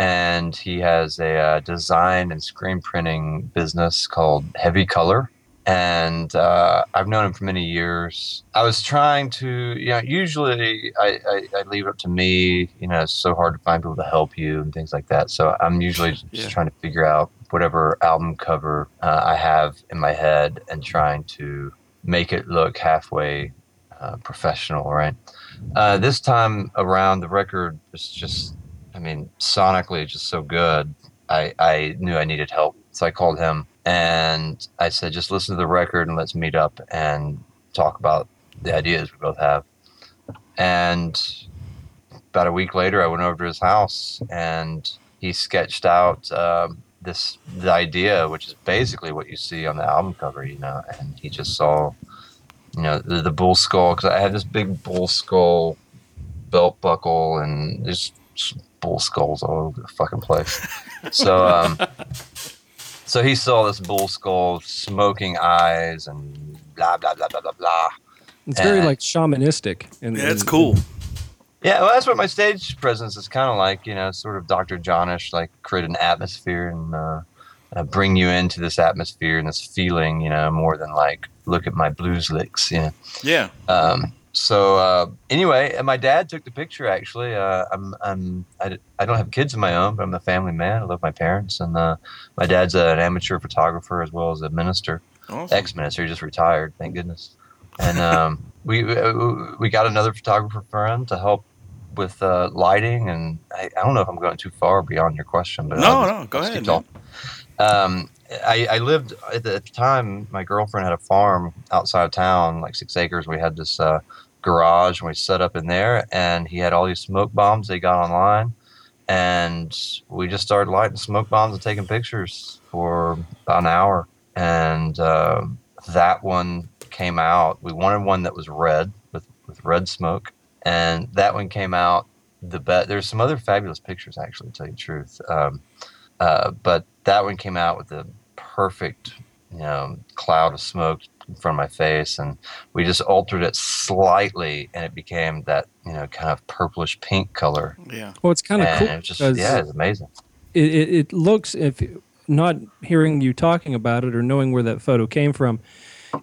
Speaker 1: and he has a uh, design and screen printing business called Heavy Color. And uh, I've known him for many years. I was trying to, you know, usually I, I, I leave it up to me. You know, it's so hard to find people to help you and things like that. So I'm usually just
Speaker 2: Yeah.
Speaker 1: trying to figure out whatever album cover uh, I have in my head and trying to make it look halfway uh, professional, right? Uh, this time around, the record was just, I mean, sonically just so good. I, I knew I needed help. So I called him and I said, just listen to the record and let's meet up and talk about the ideas we both have. And about a week later, I went over to his house and he sketched out um, this the idea, which is basically what you see on the album cover, you know. And he just saw, you know, the, the bull skull because I had this big bull skull belt buckle and there's just bull skulls all over the fucking place. so, um, so he saw this bull skull, smoking eyes, and blah blah blah blah blah blah.
Speaker 4: It's very
Speaker 1: Uh,
Speaker 4: like shamanistic. And
Speaker 2: Yeah, that's cool.
Speaker 1: Yeah, well, that's what my stage presence is kind of like, you know, sort of Dr. Johnish, like create an atmosphere and uh, uh, bring you into this atmosphere and this feeling, you know, more than like, look at my blues licks, you know.
Speaker 2: Yeah.
Speaker 1: Um, so uh, anyway, and my dad took the picture. Actually, uh, I'm, I'm I, d- I don't have kids of my own, but I'm a family man. I love my parents, and uh, my dad's an amateur photographer as well as a minister
Speaker 2: Awesome.
Speaker 1: ex minister. He just retired, thank goodness. And um, <laughs> we uh, we got another photographer friend to help with uh, lighting, and I, I don't know if I'm going too far beyond your question, but
Speaker 2: No,
Speaker 1: I'll-
Speaker 2: no, Oh, go
Speaker 1: I'll
Speaker 2: ahead,
Speaker 1: skip
Speaker 2: man.
Speaker 1: all. Um, I, I lived at the, at the time. My girlfriend had a farm outside of town, like six acres. We had this uh, garage, and we set up in there. And he had all these smoke bombs they got online, and we just started lighting smoke bombs and taking pictures for about an hour. And um that one came out. We wanted one that was red with with red smoke, and that one came out the best. There's some other fabulous pictures, actually, to tell you the truth. Um, uh, but that one came out with the perfect, you know, cloud of smoke in front of my face, and we just altered it slightly, and it became that you know kind of purplish pink color.
Speaker 2: Yeah.
Speaker 4: Well, it's kind of
Speaker 1: And
Speaker 4: cool
Speaker 1: it was just
Speaker 4: because
Speaker 1: yeah, it's amazing.
Speaker 4: it, it, it looks if not hearing you talking about it or knowing where that photo came from,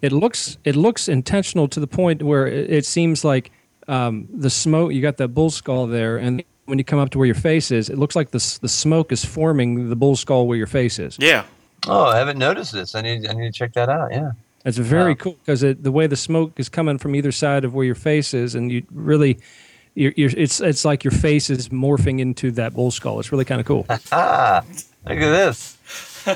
Speaker 4: it looks it looks intentional to the point where it, it seems like um, the smoke. You got that bull skull there, and when you come up to where your face is, it looks like the s- the smoke is forming the bull skull where your face is.
Speaker 2: Yeah.
Speaker 1: Oh, I haven't noticed this. I need I need to check that out. Yeah.
Speaker 4: It's very
Speaker 1: Wow.
Speaker 4: cool 'cause cool because the way the smoke is coming from either side of where your face is, and you really, you're, you're, it's it's like your face is morphing into that bull skull. It's really kind
Speaker 2: <laughs>
Speaker 4: of cool.
Speaker 1: Ah, look at this.
Speaker 4: Eh?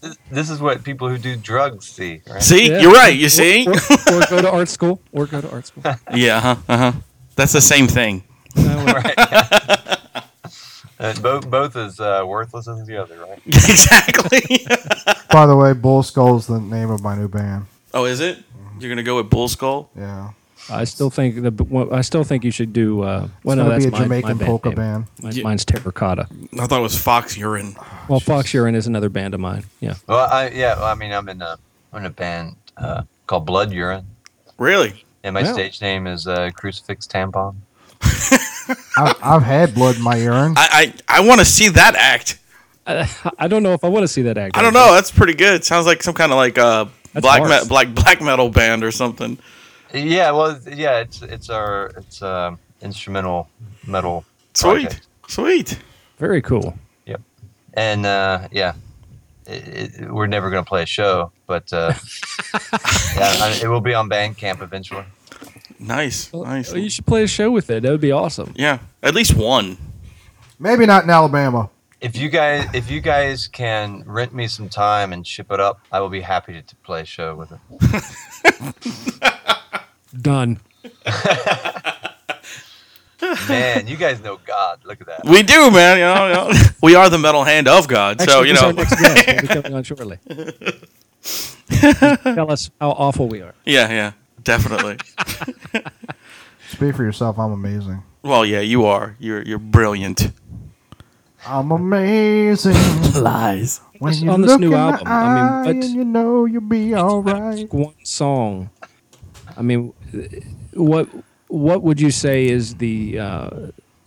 Speaker 1: This, this is what people who do drugs see, right?
Speaker 2: See,
Speaker 4: Yeah.
Speaker 2: you're right.
Speaker 1: <laughs>
Speaker 2: You see?
Speaker 4: Or, or go to art school. Or go to art school.
Speaker 2: yeah. Uh huh. Uh-huh. That's the same thing. <laughs>
Speaker 4: No, well,
Speaker 1: Uh, both both is uh, worthless as the other, right?
Speaker 2: exactly.
Speaker 3: By the way, Bull Skull's the name of my new band.
Speaker 2: oh, is it? You're gonna go with Bull Skull?
Speaker 3: Yeah,
Speaker 4: I still think the well, I still think you should do. Uh,
Speaker 3: it's
Speaker 4: well, no,
Speaker 3: gonna
Speaker 4: that's
Speaker 3: be a
Speaker 4: my-
Speaker 3: Jamaican
Speaker 4: my band
Speaker 3: polka
Speaker 4: name.
Speaker 3: band.
Speaker 4: Mine-
Speaker 2: Yeah.
Speaker 4: Mine's Terracotta.
Speaker 2: I thought it was Fox Urine.
Speaker 4: Well, Fox Urine is another band of mine. Yeah.
Speaker 1: Well, I yeah, well, I mean, I'm in a I'm in a band uh, called Blood Urine,
Speaker 2: Really?
Speaker 1: and my
Speaker 4: Wow.
Speaker 1: stage name is uh, Crucifix Tampon.
Speaker 3: I've, I've had blood in my urine.
Speaker 4: <laughs>
Speaker 2: I I, I want to see that act.
Speaker 4: I, I don't know if I want to see that actor.
Speaker 2: I don't know. That's pretty good. Sounds like some kind of like uh,
Speaker 4: That's
Speaker 2: black
Speaker 4: harsh.
Speaker 2: me- black black metal band or something.
Speaker 1: Yeah, well, yeah, it's it's our it's um, instrumental metal.
Speaker 2: Sweet,
Speaker 1: project.
Speaker 2: sweet.
Speaker 4: Very cool.
Speaker 1: and uh, yeah, it, it, we're never gonna play a show, but uh, yeah, I, it will be on Bandcamp eventually.
Speaker 2: Nice,
Speaker 4: Well,
Speaker 2: nice.
Speaker 4: You should play a show with it. That would be awesome.
Speaker 2: Yeah, at least one.
Speaker 3: Maybe not in Alabama.
Speaker 1: If you guys, if you guys can rent me some time and ship it up, I will be happy to, to play a show with it.
Speaker 4: Done.
Speaker 1: Man, you guys know God. Look at that.
Speaker 2: We do, man. You know,
Speaker 4: <laughs>
Speaker 2: you know. we are the metal hand of God. so
Speaker 4: Actually,
Speaker 2: you
Speaker 4: that's
Speaker 2: know,
Speaker 4: our next guest. He'll be coming on shortly. Tell us how awful we are.
Speaker 2: <laughs> yeah, yeah, definitely.
Speaker 3: Speak for yourself. I'm amazing.
Speaker 2: well, yeah, you are. You're you're brilliant.
Speaker 3: I'm
Speaker 4: <laughs>
Speaker 3: amazing.
Speaker 2: Lies.
Speaker 3: when
Speaker 4: Just
Speaker 3: you
Speaker 4: on this
Speaker 3: look
Speaker 4: new
Speaker 3: in
Speaker 4: album,
Speaker 3: my
Speaker 4: I mean,
Speaker 3: eye
Speaker 4: what-
Speaker 3: and you know you'll be all right.
Speaker 4: Pick One song. I mean, what what would you say is the uh,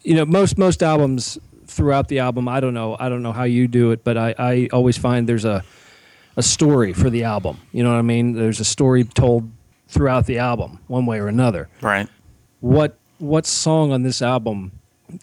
Speaker 4: you know most most albums throughout the album? I don't know. I don't know how you do it, but I, I always find there's a a story for the album. You know what I mean? There's a story told throughout the album, one way or another.
Speaker 2: Right.
Speaker 4: What what song on this album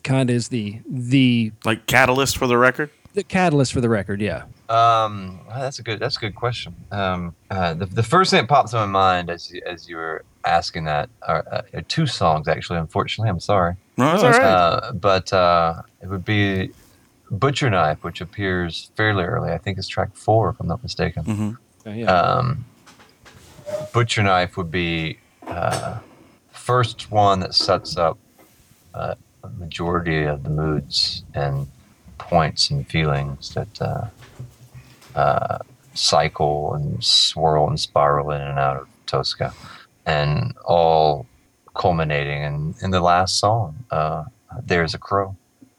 Speaker 4: kind of is the the
Speaker 2: Like catalyst for the record.
Speaker 4: the catalyst for the record? Yeah.
Speaker 1: Um, oh, that's a good. That's a good question. Um, uh, the, the first thing that pops in my mind as you- as you were asking that are, uh, are two songs actually. Unfortunately, I'm sorry.
Speaker 2: No, that's
Speaker 4: No,
Speaker 2: all
Speaker 4: it's
Speaker 2: right.
Speaker 1: Uh, but uh, it would be Butcher Knife, which appears fairly early. I think it's track four, if I'm not mistaken.
Speaker 4: Yeah.
Speaker 1: Um, Butcher Knife would be uh, first one that sets up uh, a majority of the moods and points and feelings that uh, uh, cycle and swirl and spiral in and out of Tosca, and all culminating in, in the last song, uh, "There's a Crow."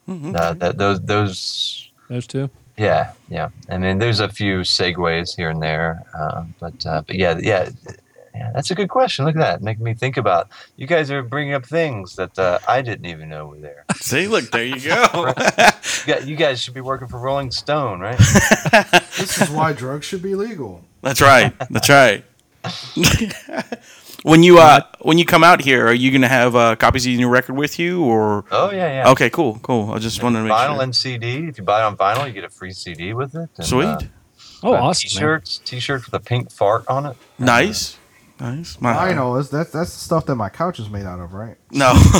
Speaker 2: Mhm.
Speaker 1: Uh, that those those
Speaker 4: Those two.
Speaker 1: yeah, yeah. I mean, there's a few segues here and there, uh, but uh, but yeah, yeah, yeah. That's a good question. Look at that, making me think about. You guys are bringing up things that uh, I didn't even know were there.
Speaker 2: See, look, there you
Speaker 4: <laughs>
Speaker 2: go.
Speaker 1: You guys, you guys should be working for Rolling Stone,
Speaker 2: <laughs>
Speaker 1: right?
Speaker 3: This is <laughs> why drugs should be legal.
Speaker 2: That's right. That's right. <laughs> when you uh when you come out here, are you gonna have uh, copies of your new record with you or?
Speaker 1: Oh yeah, yeah.
Speaker 2: Okay, cool, cool. I just wanted to make
Speaker 1: vinyl
Speaker 2: sure.
Speaker 1: and CD. If you buy it on vinyl, you get a free CD with it. And,
Speaker 2: Sweet,
Speaker 1: uh,
Speaker 4: Oh,
Speaker 1: uh,
Speaker 4: awesome. man.
Speaker 1: T-shirts, T-shirts with a pink fart on it.
Speaker 2: nice, nice. My,
Speaker 3: I know. That's, that's that's the stuff that my couch is made out of, right?
Speaker 2: No. <laughs>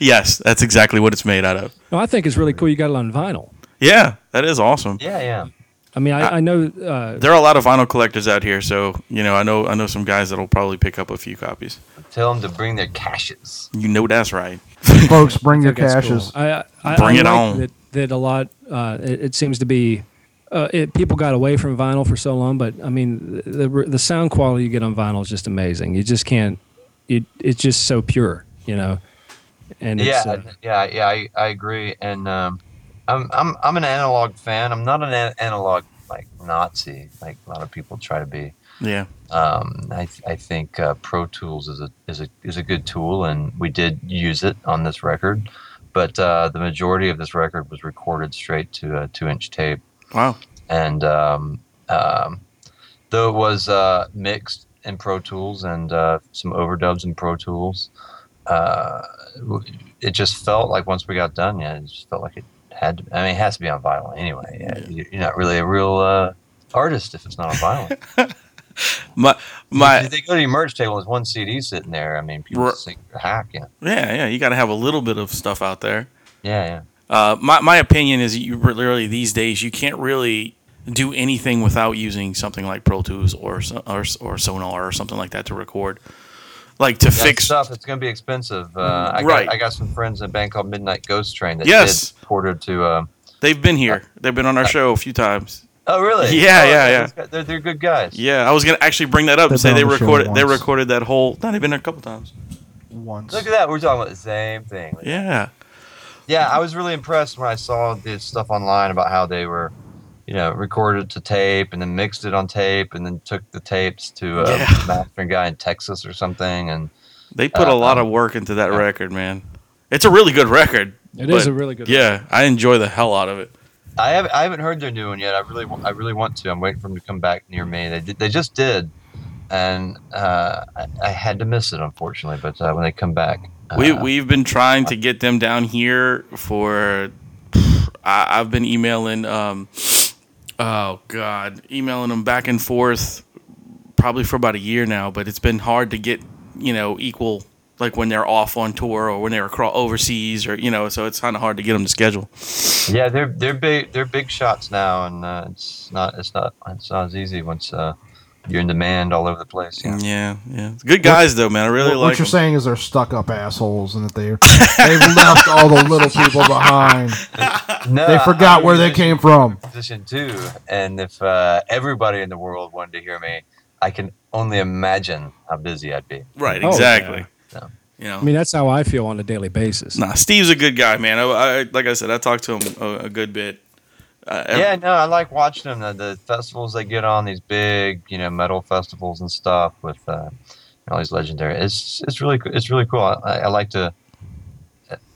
Speaker 2: yes, that's exactly what it's made out of.
Speaker 4: No, I think it's really cool. You got it on vinyl.
Speaker 2: Yeah, that is awesome.
Speaker 1: Yeah, yeah.
Speaker 4: I mean, I, I know uh,
Speaker 2: There are a lot of vinyl collectors out here, so you know I know I know some guys that'll probably pick up a few copies.
Speaker 1: Tell them to bring their caches.
Speaker 2: You know that's right.
Speaker 3: <laughs> Folks, bring your
Speaker 4: think that's
Speaker 3: caches.
Speaker 4: cool. I, I,
Speaker 2: Bring
Speaker 4: I
Speaker 2: it
Speaker 4: like
Speaker 2: on.
Speaker 4: That, that a lot. Uh, it, it seems to be. Uh, it, people got away from vinyl for so long, but I mean, the, the the sound quality you get on vinyl is just amazing. You just can't. It it's just so pure, you know. And
Speaker 1: yeah,
Speaker 4: it's, uh,
Speaker 1: yeah, yeah. I, I agree, and um, I'm I'm I'm an analog fan. I'm not an an- analog like Nazi, like a lot of people try to be.
Speaker 2: Yeah,
Speaker 1: Um, I I think uh, Pro Tools is a is a is a good tool, and we did use it on this record, but uh, the majority of this record was recorded straight to a two inch tape,
Speaker 2: wow.
Speaker 1: and um, um, though it was uh, mixed in Pro Tools and uh, some overdubs in Pro Tools, uh, w- it just felt like once we got done, yeah, it just felt like it had. To, I mean, it has to be on vinyl anyway. Yeah, you- you're not really a real uh, artist if it's not on vinyl.
Speaker 2: My
Speaker 1: if
Speaker 2: <laughs>
Speaker 1: <laughs>
Speaker 2: my
Speaker 1: they go to your merch table, there's one CD sitting there. I mean, people
Speaker 2: Ru-
Speaker 1: just think you're hacking.
Speaker 2: yeah yeah. You got to have a little bit of stuff out there.
Speaker 1: Yeah, yeah.
Speaker 2: Uh, my my opinion is you really these days you can't really do anything without using something like Pro Tools or so- or or Sonar or something like that to record, like to
Speaker 1: That
Speaker 2: fix.
Speaker 1: stuff. It's going to be expensive. Uh, I
Speaker 2: Right.
Speaker 1: Got, I got some friends in a band called Midnight Ghost Train that
Speaker 2: Yes.
Speaker 1: did ported to. Um,
Speaker 2: They've been here. They've been on our show a few times.
Speaker 1: Oh, really?
Speaker 2: <laughs> Yeah,
Speaker 1: Oh,
Speaker 2: yeah,
Speaker 1: okay.
Speaker 2: yeah.
Speaker 1: These guys- They're, they're good guys.
Speaker 2: Yeah, I was gonna actually bring that up and
Speaker 3: They've
Speaker 2: say
Speaker 3: been
Speaker 2: they
Speaker 3: on the show
Speaker 2: recorded. They
Speaker 3: once.
Speaker 2: recorded that whole. No, they've been a couple times.
Speaker 3: Once.
Speaker 1: Look at that. We're talking about the same thing.
Speaker 2: <laughs> Yeah,
Speaker 1: Yeah, I was really impressed when I saw this stuff online about how they were, you know, recorded to tape and then mixed it on tape and then took the tapes to a
Speaker 2: Yeah.
Speaker 1: <laughs> mastering guy in Texas or something. And
Speaker 2: they put a
Speaker 1: Uh,
Speaker 2: lot
Speaker 1: um,
Speaker 2: of work into that record, man. It's a really good record.
Speaker 4: It is
Speaker 2: But,
Speaker 4: a really good.
Speaker 2: Yeah, I enjoy the hell out of it.
Speaker 1: I haven't, I haven't heard their new one yet. I really, wa- I really want to. I'm waiting for them to come back near me. They did, they just did, and uh, I, I had to miss it unfortunately. But uh, when they come back, uh,
Speaker 2: we we've been trying to get them down here for. I, I've been emailing. Um, oh God, emailing them back and forth, probably for about a year now. But it's been hard to get you know equal like when they're off on tour or when they're across overseas or you know so it's kind of hard to get them to schedule.
Speaker 1: yeah, they're they're big they're big shots now, and uh, it's not it's not it's not as easy once uh, you're in demand all over the place. Yeah.
Speaker 2: Yeah, yeah. Good guys though, man. I really
Speaker 3: what,
Speaker 2: like.
Speaker 3: you're
Speaker 2: them.
Speaker 3: saying is they're stuck up assholes and
Speaker 2: <laughs>
Speaker 3: that they're they've left all the little people behind.
Speaker 1: No,
Speaker 3: They
Speaker 2: Uh,
Speaker 1: I-
Speaker 3: forgot
Speaker 1: I'm
Speaker 3: where
Speaker 1: a
Speaker 3: they
Speaker 1: musician-
Speaker 3: came from.
Speaker 1: Musician too, and if uh, everybody in the world wanted to hear me, I can only imagine how busy I'd be.
Speaker 2: Right,
Speaker 4: Oh,
Speaker 2: exactly.
Speaker 1: yeah. Yeah.
Speaker 2: You know,
Speaker 4: I mean, that's how I feel on a daily basis.
Speaker 2: nah. Steve's a good guy, man. I, I like I said, I talked to him a, a good bit. Uh,
Speaker 1: yeah, no, I like watching them. The, the festivals they get on, these big, you know, metal festivals and stuff with uh, all these legendary. It's it's really it's really cool. I, I like to.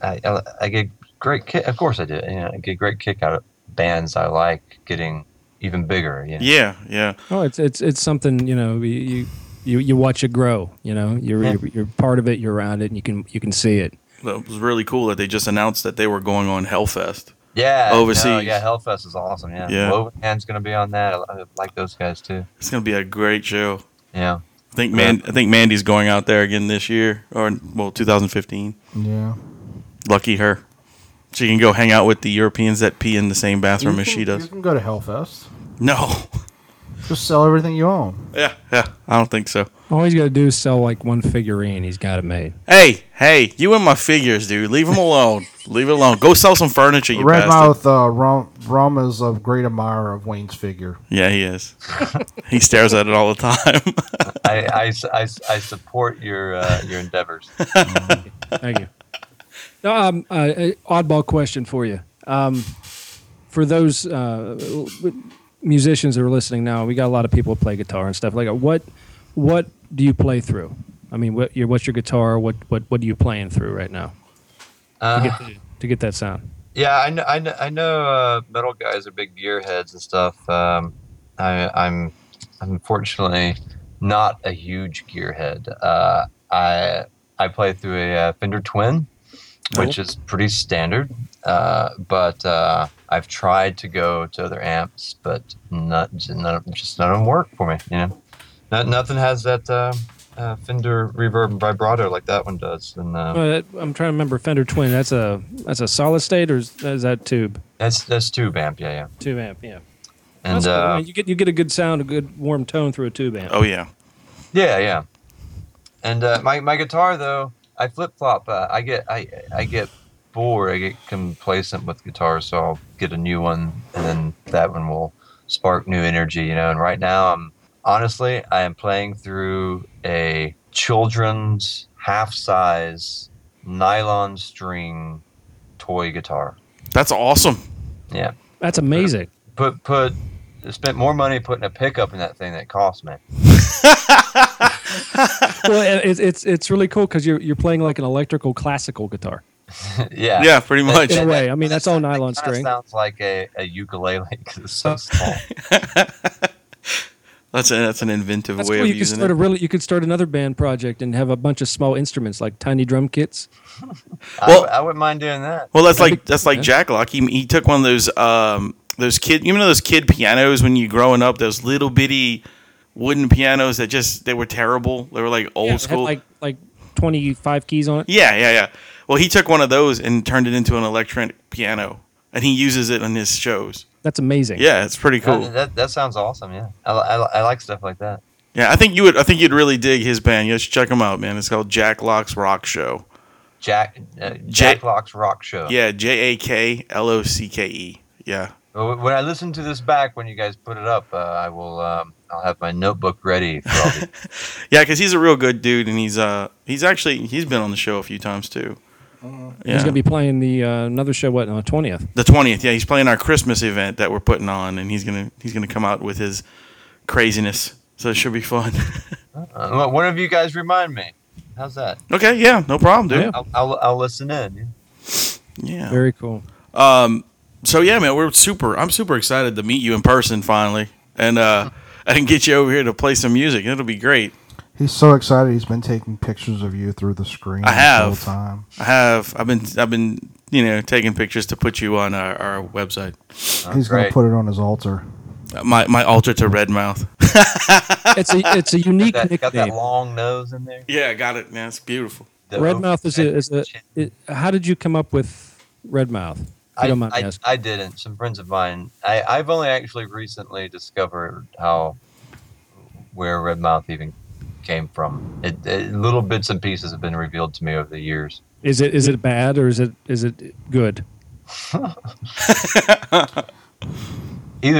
Speaker 1: I, I, I get great kick. Of course, I do. You know, I get great kick out of bands I like getting even bigger. You know?
Speaker 2: yeah, yeah.
Speaker 4: Oh, it's it's it's something you know you you- you you watch it grow. You know, you're
Speaker 1: Yeah.
Speaker 4: you're, you're part of it. You're around it, and you can you can see it.
Speaker 2: Well, It was really cool that they just announced that they were going on Hellfest.
Speaker 1: yeah, no,
Speaker 2: Overseas.
Speaker 1: yeah, Hellfest is awesome. Yeah,
Speaker 2: Yeah.
Speaker 1: Wovenhand's gonna be on that. I, I like those guys too.
Speaker 2: It's gonna be a great show.
Speaker 1: Yeah,
Speaker 2: I think man, I think Mandy's going out there again this year, or well, 2015.
Speaker 3: Yeah.
Speaker 2: Lucky her. She can go hang out with the Europeans that pee in the same bathroom
Speaker 3: you
Speaker 2: as
Speaker 3: can,
Speaker 2: she
Speaker 3: You
Speaker 2: does.
Speaker 3: can go to Hellfest.
Speaker 2: No. <laughs>
Speaker 3: Just sell everything you own.
Speaker 2: Yeah, yeah. I don't think so.
Speaker 4: All he's got to do is sell like one figurine. He's got it made.
Speaker 2: Hey, hey, you and my figures, dude. Leave them alone. Leave it alone. Go sell some furniture, you
Speaker 3: Red
Speaker 2: bastard.
Speaker 3: Mouth uh, Rum, Rum is a great admirer of Wayne's figure.
Speaker 2: Yeah, he is. he stares at it all the time. <laughs>
Speaker 1: I, I, I, I support your uh, your
Speaker 2: <laughs>
Speaker 1: endeavors.
Speaker 4: Thank you. No, um, uh, uh, oddball question for you. Um, for those uh, w- w- musicians that are listening now, we got a lot of people who play guitar and stuff like that. What what do you play through? I mean, what your what's your guitar? What what what are you playing through right now to
Speaker 1: Uh,
Speaker 4: get, to get that sound?
Speaker 1: Yeah, I know. I know, I know uh, metal guys are big gear heads and stuff. Um, I, I'm, I'm unfortunately not a huge gearhead. Uh, I I play through a uh, Fender Twin,
Speaker 4: Oh.
Speaker 1: which is pretty standard. Uh, but uh, I've tried to go to other amps, but not just none, of- just none of them work for me. You know, not, nothing has that uh, uh, Fender reverb and vibrato like that one does. And uh,
Speaker 4: Uh, I'm trying to remember Fender Twin. That's a that's a solid state or is, is that tube?
Speaker 1: that's that's tube amp, yeah, yeah.
Speaker 4: Tube amp, yeah.
Speaker 1: And
Speaker 4: That's cool. I
Speaker 1: uh,
Speaker 4: mean, you get you get a good sound, a good warm tone through a tube amp.
Speaker 2: oh yeah.
Speaker 1: Yeah, yeah. And uh, my my guitar though, I flip flop. Uh, I get I I get bored. I get complacent with guitar, so I'll get a new one, and then that one will spark new energy, you know. And right now, I'm honestly I am playing through a children's half size nylon string toy guitar.
Speaker 2: That's awesome.
Speaker 1: Yeah,
Speaker 4: That's amazing.
Speaker 1: put put spent more money putting a pickup in that thing than it cost me. <laughs>
Speaker 4: well, it- it's it's it's really cool because you're you're playing like an electrical classical guitar.
Speaker 1: yeah,
Speaker 2: Yeah, pretty
Speaker 4: <laughs>
Speaker 2: much.
Speaker 4: In a way, I mean that's all nylon
Speaker 1: Kinda
Speaker 4: string.
Speaker 1: Sounds like a, a ukulele <laughs> 'cause it's
Speaker 4: <laughs>
Speaker 1: so small.
Speaker 2: That's a, that's an inventive
Speaker 4: That's
Speaker 2: way
Speaker 4: cool.
Speaker 2: of
Speaker 4: You could
Speaker 2: using
Speaker 4: start
Speaker 2: it.
Speaker 4: a really you could start another band project and have a bunch of small instruments like tiny drum kits.
Speaker 2: Well-
Speaker 1: I, I wouldn't mind doing that.
Speaker 2: well, that's like that's
Speaker 4: yeah.
Speaker 2: like Jack Lock. He, he took one of those um those kid you know those kid pianos when you growing up those little bitty wooden pianos that just they were terrible. They were like old
Speaker 4: Yeah, it had,
Speaker 2: school.
Speaker 4: like like twenty five keys on it.
Speaker 2: yeah, yeah, yeah. Well, he took one of those and turned it into an electronic piano, and he uses it on his shows.
Speaker 4: That's amazing.
Speaker 2: Yeah, it's pretty cool.
Speaker 1: That, that, that sounds awesome. Yeah, I, li- I, li- I like stuff like that.
Speaker 2: Yeah, I think you would. I think you'd really dig his band. You should check him out, man. It's called Jack Lock's Rock Show.
Speaker 1: Jack uh, Jack Locke's rock show.
Speaker 2: Yeah, J A K L O C K E. Yeah.
Speaker 1: Well, When I listen to this back, when you guys put it up, uh, I will. Um, I'll have my notebook
Speaker 2: <laughs>
Speaker 1: ready. For all the,
Speaker 2: Yeah, because he's a real good dude, and he's uh he's actually he's been on the show a few times too. Yeah,
Speaker 4: Uh-huh. He's gonna be playing the uh, another show what on the twentieth.
Speaker 2: the twentieth. Yeah, he's playing our Christmas event that we're putting on, and he's gonna he's gonna come out with his craziness. So it should be fun. <laughs>
Speaker 1: uh, well, one of you guys remind me. How's that?
Speaker 2: okay, yeah, no problem, dude.
Speaker 4: Yeah.
Speaker 1: I'll, I'll, I'll listen in.
Speaker 2: Yeah.
Speaker 4: Very cool.
Speaker 2: Um, so yeah, man, we're super. I'm super excited to meet you in person finally, and
Speaker 4: <laughs>
Speaker 2: uh, and get you over here to play some music. It'll be great.
Speaker 3: He's so excited. He's been taking pictures of you through the screen.
Speaker 2: I have.
Speaker 3: this whole time.
Speaker 2: I have. I've been. I've been. You know, taking pictures to put you on our, our website.
Speaker 3: He's going to
Speaker 1: great.
Speaker 3: put it on his altar.
Speaker 2: My my altar to Redmouth.
Speaker 4: It's a it's a unique
Speaker 1: That, got that
Speaker 4: nickname.
Speaker 1: long nose in there.
Speaker 2: <laughs> yeah, I got it. Man, it's beautiful.
Speaker 1: The
Speaker 4: Redmouth is a, is a
Speaker 1: chin.
Speaker 4: it, how did you come up with Redmouth? If you
Speaker 1: I,
Speaker 4: don't mind me
Speaker 1: I,
Speaker 4: asking.
Speaker 1: I didn't. Some friends of mine. I, I've only actually recently discovered how where Red Mouth even came from. It, it, little bits and pieces have been revealed to me over the years.
Speaker 4: Is it is it bad or is it is it good?
Speaker 1: Either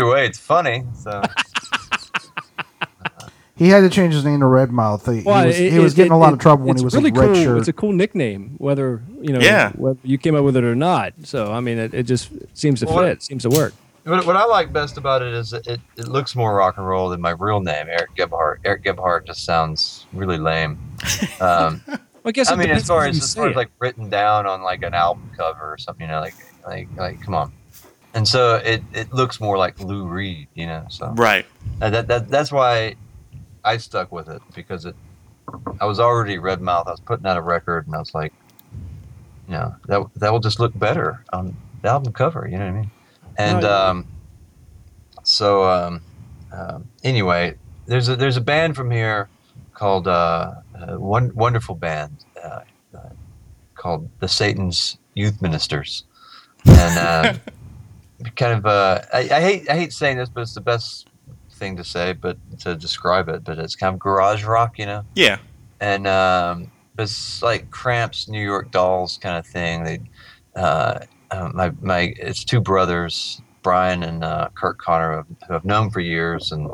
Speaker 1: way, it's funny.
Speaker 4: <laughs>
Speaker 1: So
Speaker 3: He had to change his name to Redmouth. He, he was, he was getting a lot of trouble when he was
Speaker 4: really
Speaker 3: a red
Speaker 4: cool.
Speaker 3: shirt.
Speaker 4: It's a cool nickname, whether you know
Speaker 2: Yeah.
Speaker 4: whether you came up with it or not. So I mean, it, it just seems to
Speaker 1: Well,
Speaker 4: fit, seems to work.
Speaker 1: what, what I like best about it is it, it looks more rock and roll than my real name, Eric Gebhardt. Eric Gebhardt just sounds really
Speaker 4: <laughs>
Speaker 1: lame. Um,
Speaker 4: Well, I guess
Speaker 1: I
Speaker 4: it
Speaker 1: mean,
Speaker 4: depends
Speaker 1: as far
Speaker 4: on how
Speaker 1: as
Speaker 4: you
Speaker 1: as
Speaker 4: say
Speaker 1: far as
Speaker 4: it.
Speaker 1: like written down on like an album cover or something, you know, like like like come on. And so it it looks more like Lou Reed, you know. So
Speaker 2: Right.
Speaker 1: Uh, that, that that's why I stuck with it because it I was already Red Mouth. I was putting out a record, and I was like, you know, that that will just look better on the album cover. You know what I mean? And
Speaker 4: Right.
Speaker 1: um, so um, um, anyway, there's a there's a band from here called uh, uh, one wonderful band uh, uh, called the Satan's Youth Ministers, and uh, kind of uh, I, I hate I hate saying this, but it's the best thing to say, but to describe it. But it's kind of garage rock, you know
Speaker 2: Yeah.
Speaker 1: and um, it's like Cramps, New York Dolls kind of thing. They, uh, uh, my my, it's two brothers, Brian and uh, Kurt Connor, who I've known for years, and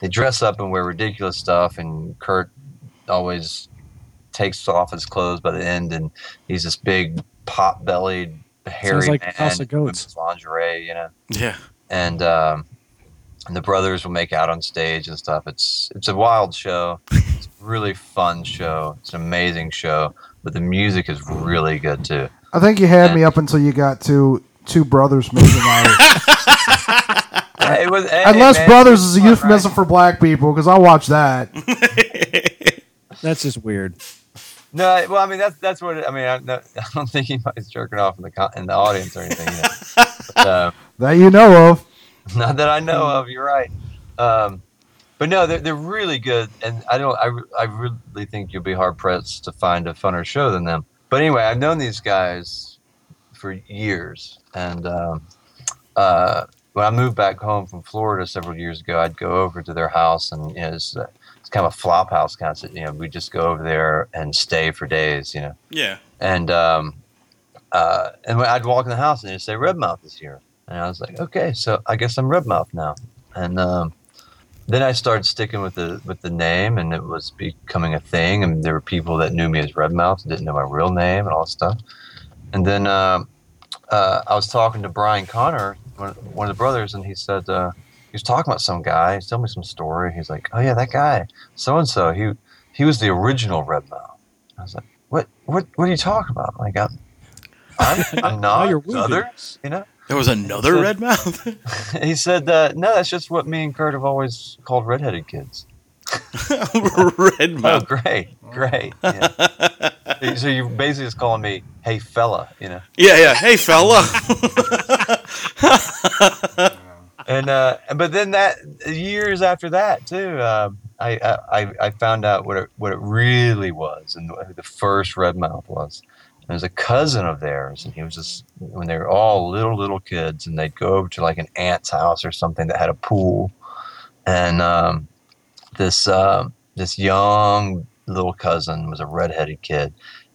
Speaker 1: they dress up and wear ridiculous stuff. And Kurt always takes off his clothes by the end, and he's this big pot bellied, hairy
Speaker 4: like
Speaker 1: man
Speaker 4: House of
Speaker 1: with
Speaker 4: Goats.
Speaker 1: his lingerie, you know
Speaker 2: Yeah.
Speaker 1: and um, and the brothers will make out on stage and stuff. It's it's a wild show. It's a really fun show. It's an amazing show, but the music is really good too.
Speaker 3: I think you had me up until you got to
Speaker 1: <laughs>
Speaker 3: two brothers making out.
Speaker 1: It was- hey,
Speaker 3: Unless
Speaker 1: man,
Speaker 3: brothers is a
Speaker 1: fun,
Speaker 3: euphemism for black people, because I watch that.
Speaker 4: That's just weird.
Speaker 1: right? No, well, I mean that's that's what it, I mean. I, no, <laughs> I don't think anybody's jerking off in the co- in the audience or anything. You know? but, uh,
Speaker 3: That you know of.
Speaker 1: <laughs> not that I know of. You're right. Um, but no, they're, they're really good, and I don't. I, re- I really think you'll be hard pressed to find a funner show than them. But anyway, I've known these guys for years, and um, uh, when I moved back home from Florida several years ago, I'd go over to their house, and you know, it's, uh, it's kind of a flop house kind of. sit- You know, we just go over there and stay for days. You know,
Speaker 2: <laughs> Yeah.
Speaker 1: and um, uh, and when I'd walk in the house and they'd say Redmouth is here, and I was like, okay, so I guess I'm Redmouth now. And um, then I started sticking with the with the name, and it was becoming a thing. And there were people that knew me as Redmouth, didn't know my real name and all that stuff. And then um uh, I was talking to Brian Connor, one, one of the brothers, and he said uh, he was talking about some guy. He's telling me some story. He's like, oh yeah, that guy, so and so. He he was the original Redmouth. I was like what what what are you talking about? Like I'm I'm,
Speaker 4: <laughs>
Speaker 1: I'm not
Speaker 4: Oh, you're
Speaker 1: you
Speaker 4: wounded.
Speaker 1: others, you know.
Speaker 2: There was another
Speaker 1: So-
Speaker 2: <laughs> red mouth.
Speaker 1: He said, uh, "No, that's just what me and Kurt have always called redheaded kids."
Speaker 2: red
Speaker 1: Oh,
Speaker 2: mouth.
Speaker 1: great, great. Yeah. so you're basically just calling me, "Hey, fella," you know.
Speaker 2: Yeah. Yeah. Hey, fella. <laughs>
Speaker 1: and uh, but then that years after that too, um, I, I I- I found out what it what it really was and who the first red mouth was. And it was a cousin of theirs, and he was just when they were all little little kids, and they'd go over to like an aunt's house or something that had a pool, and um, this um this young little cousin was a redheaded kid,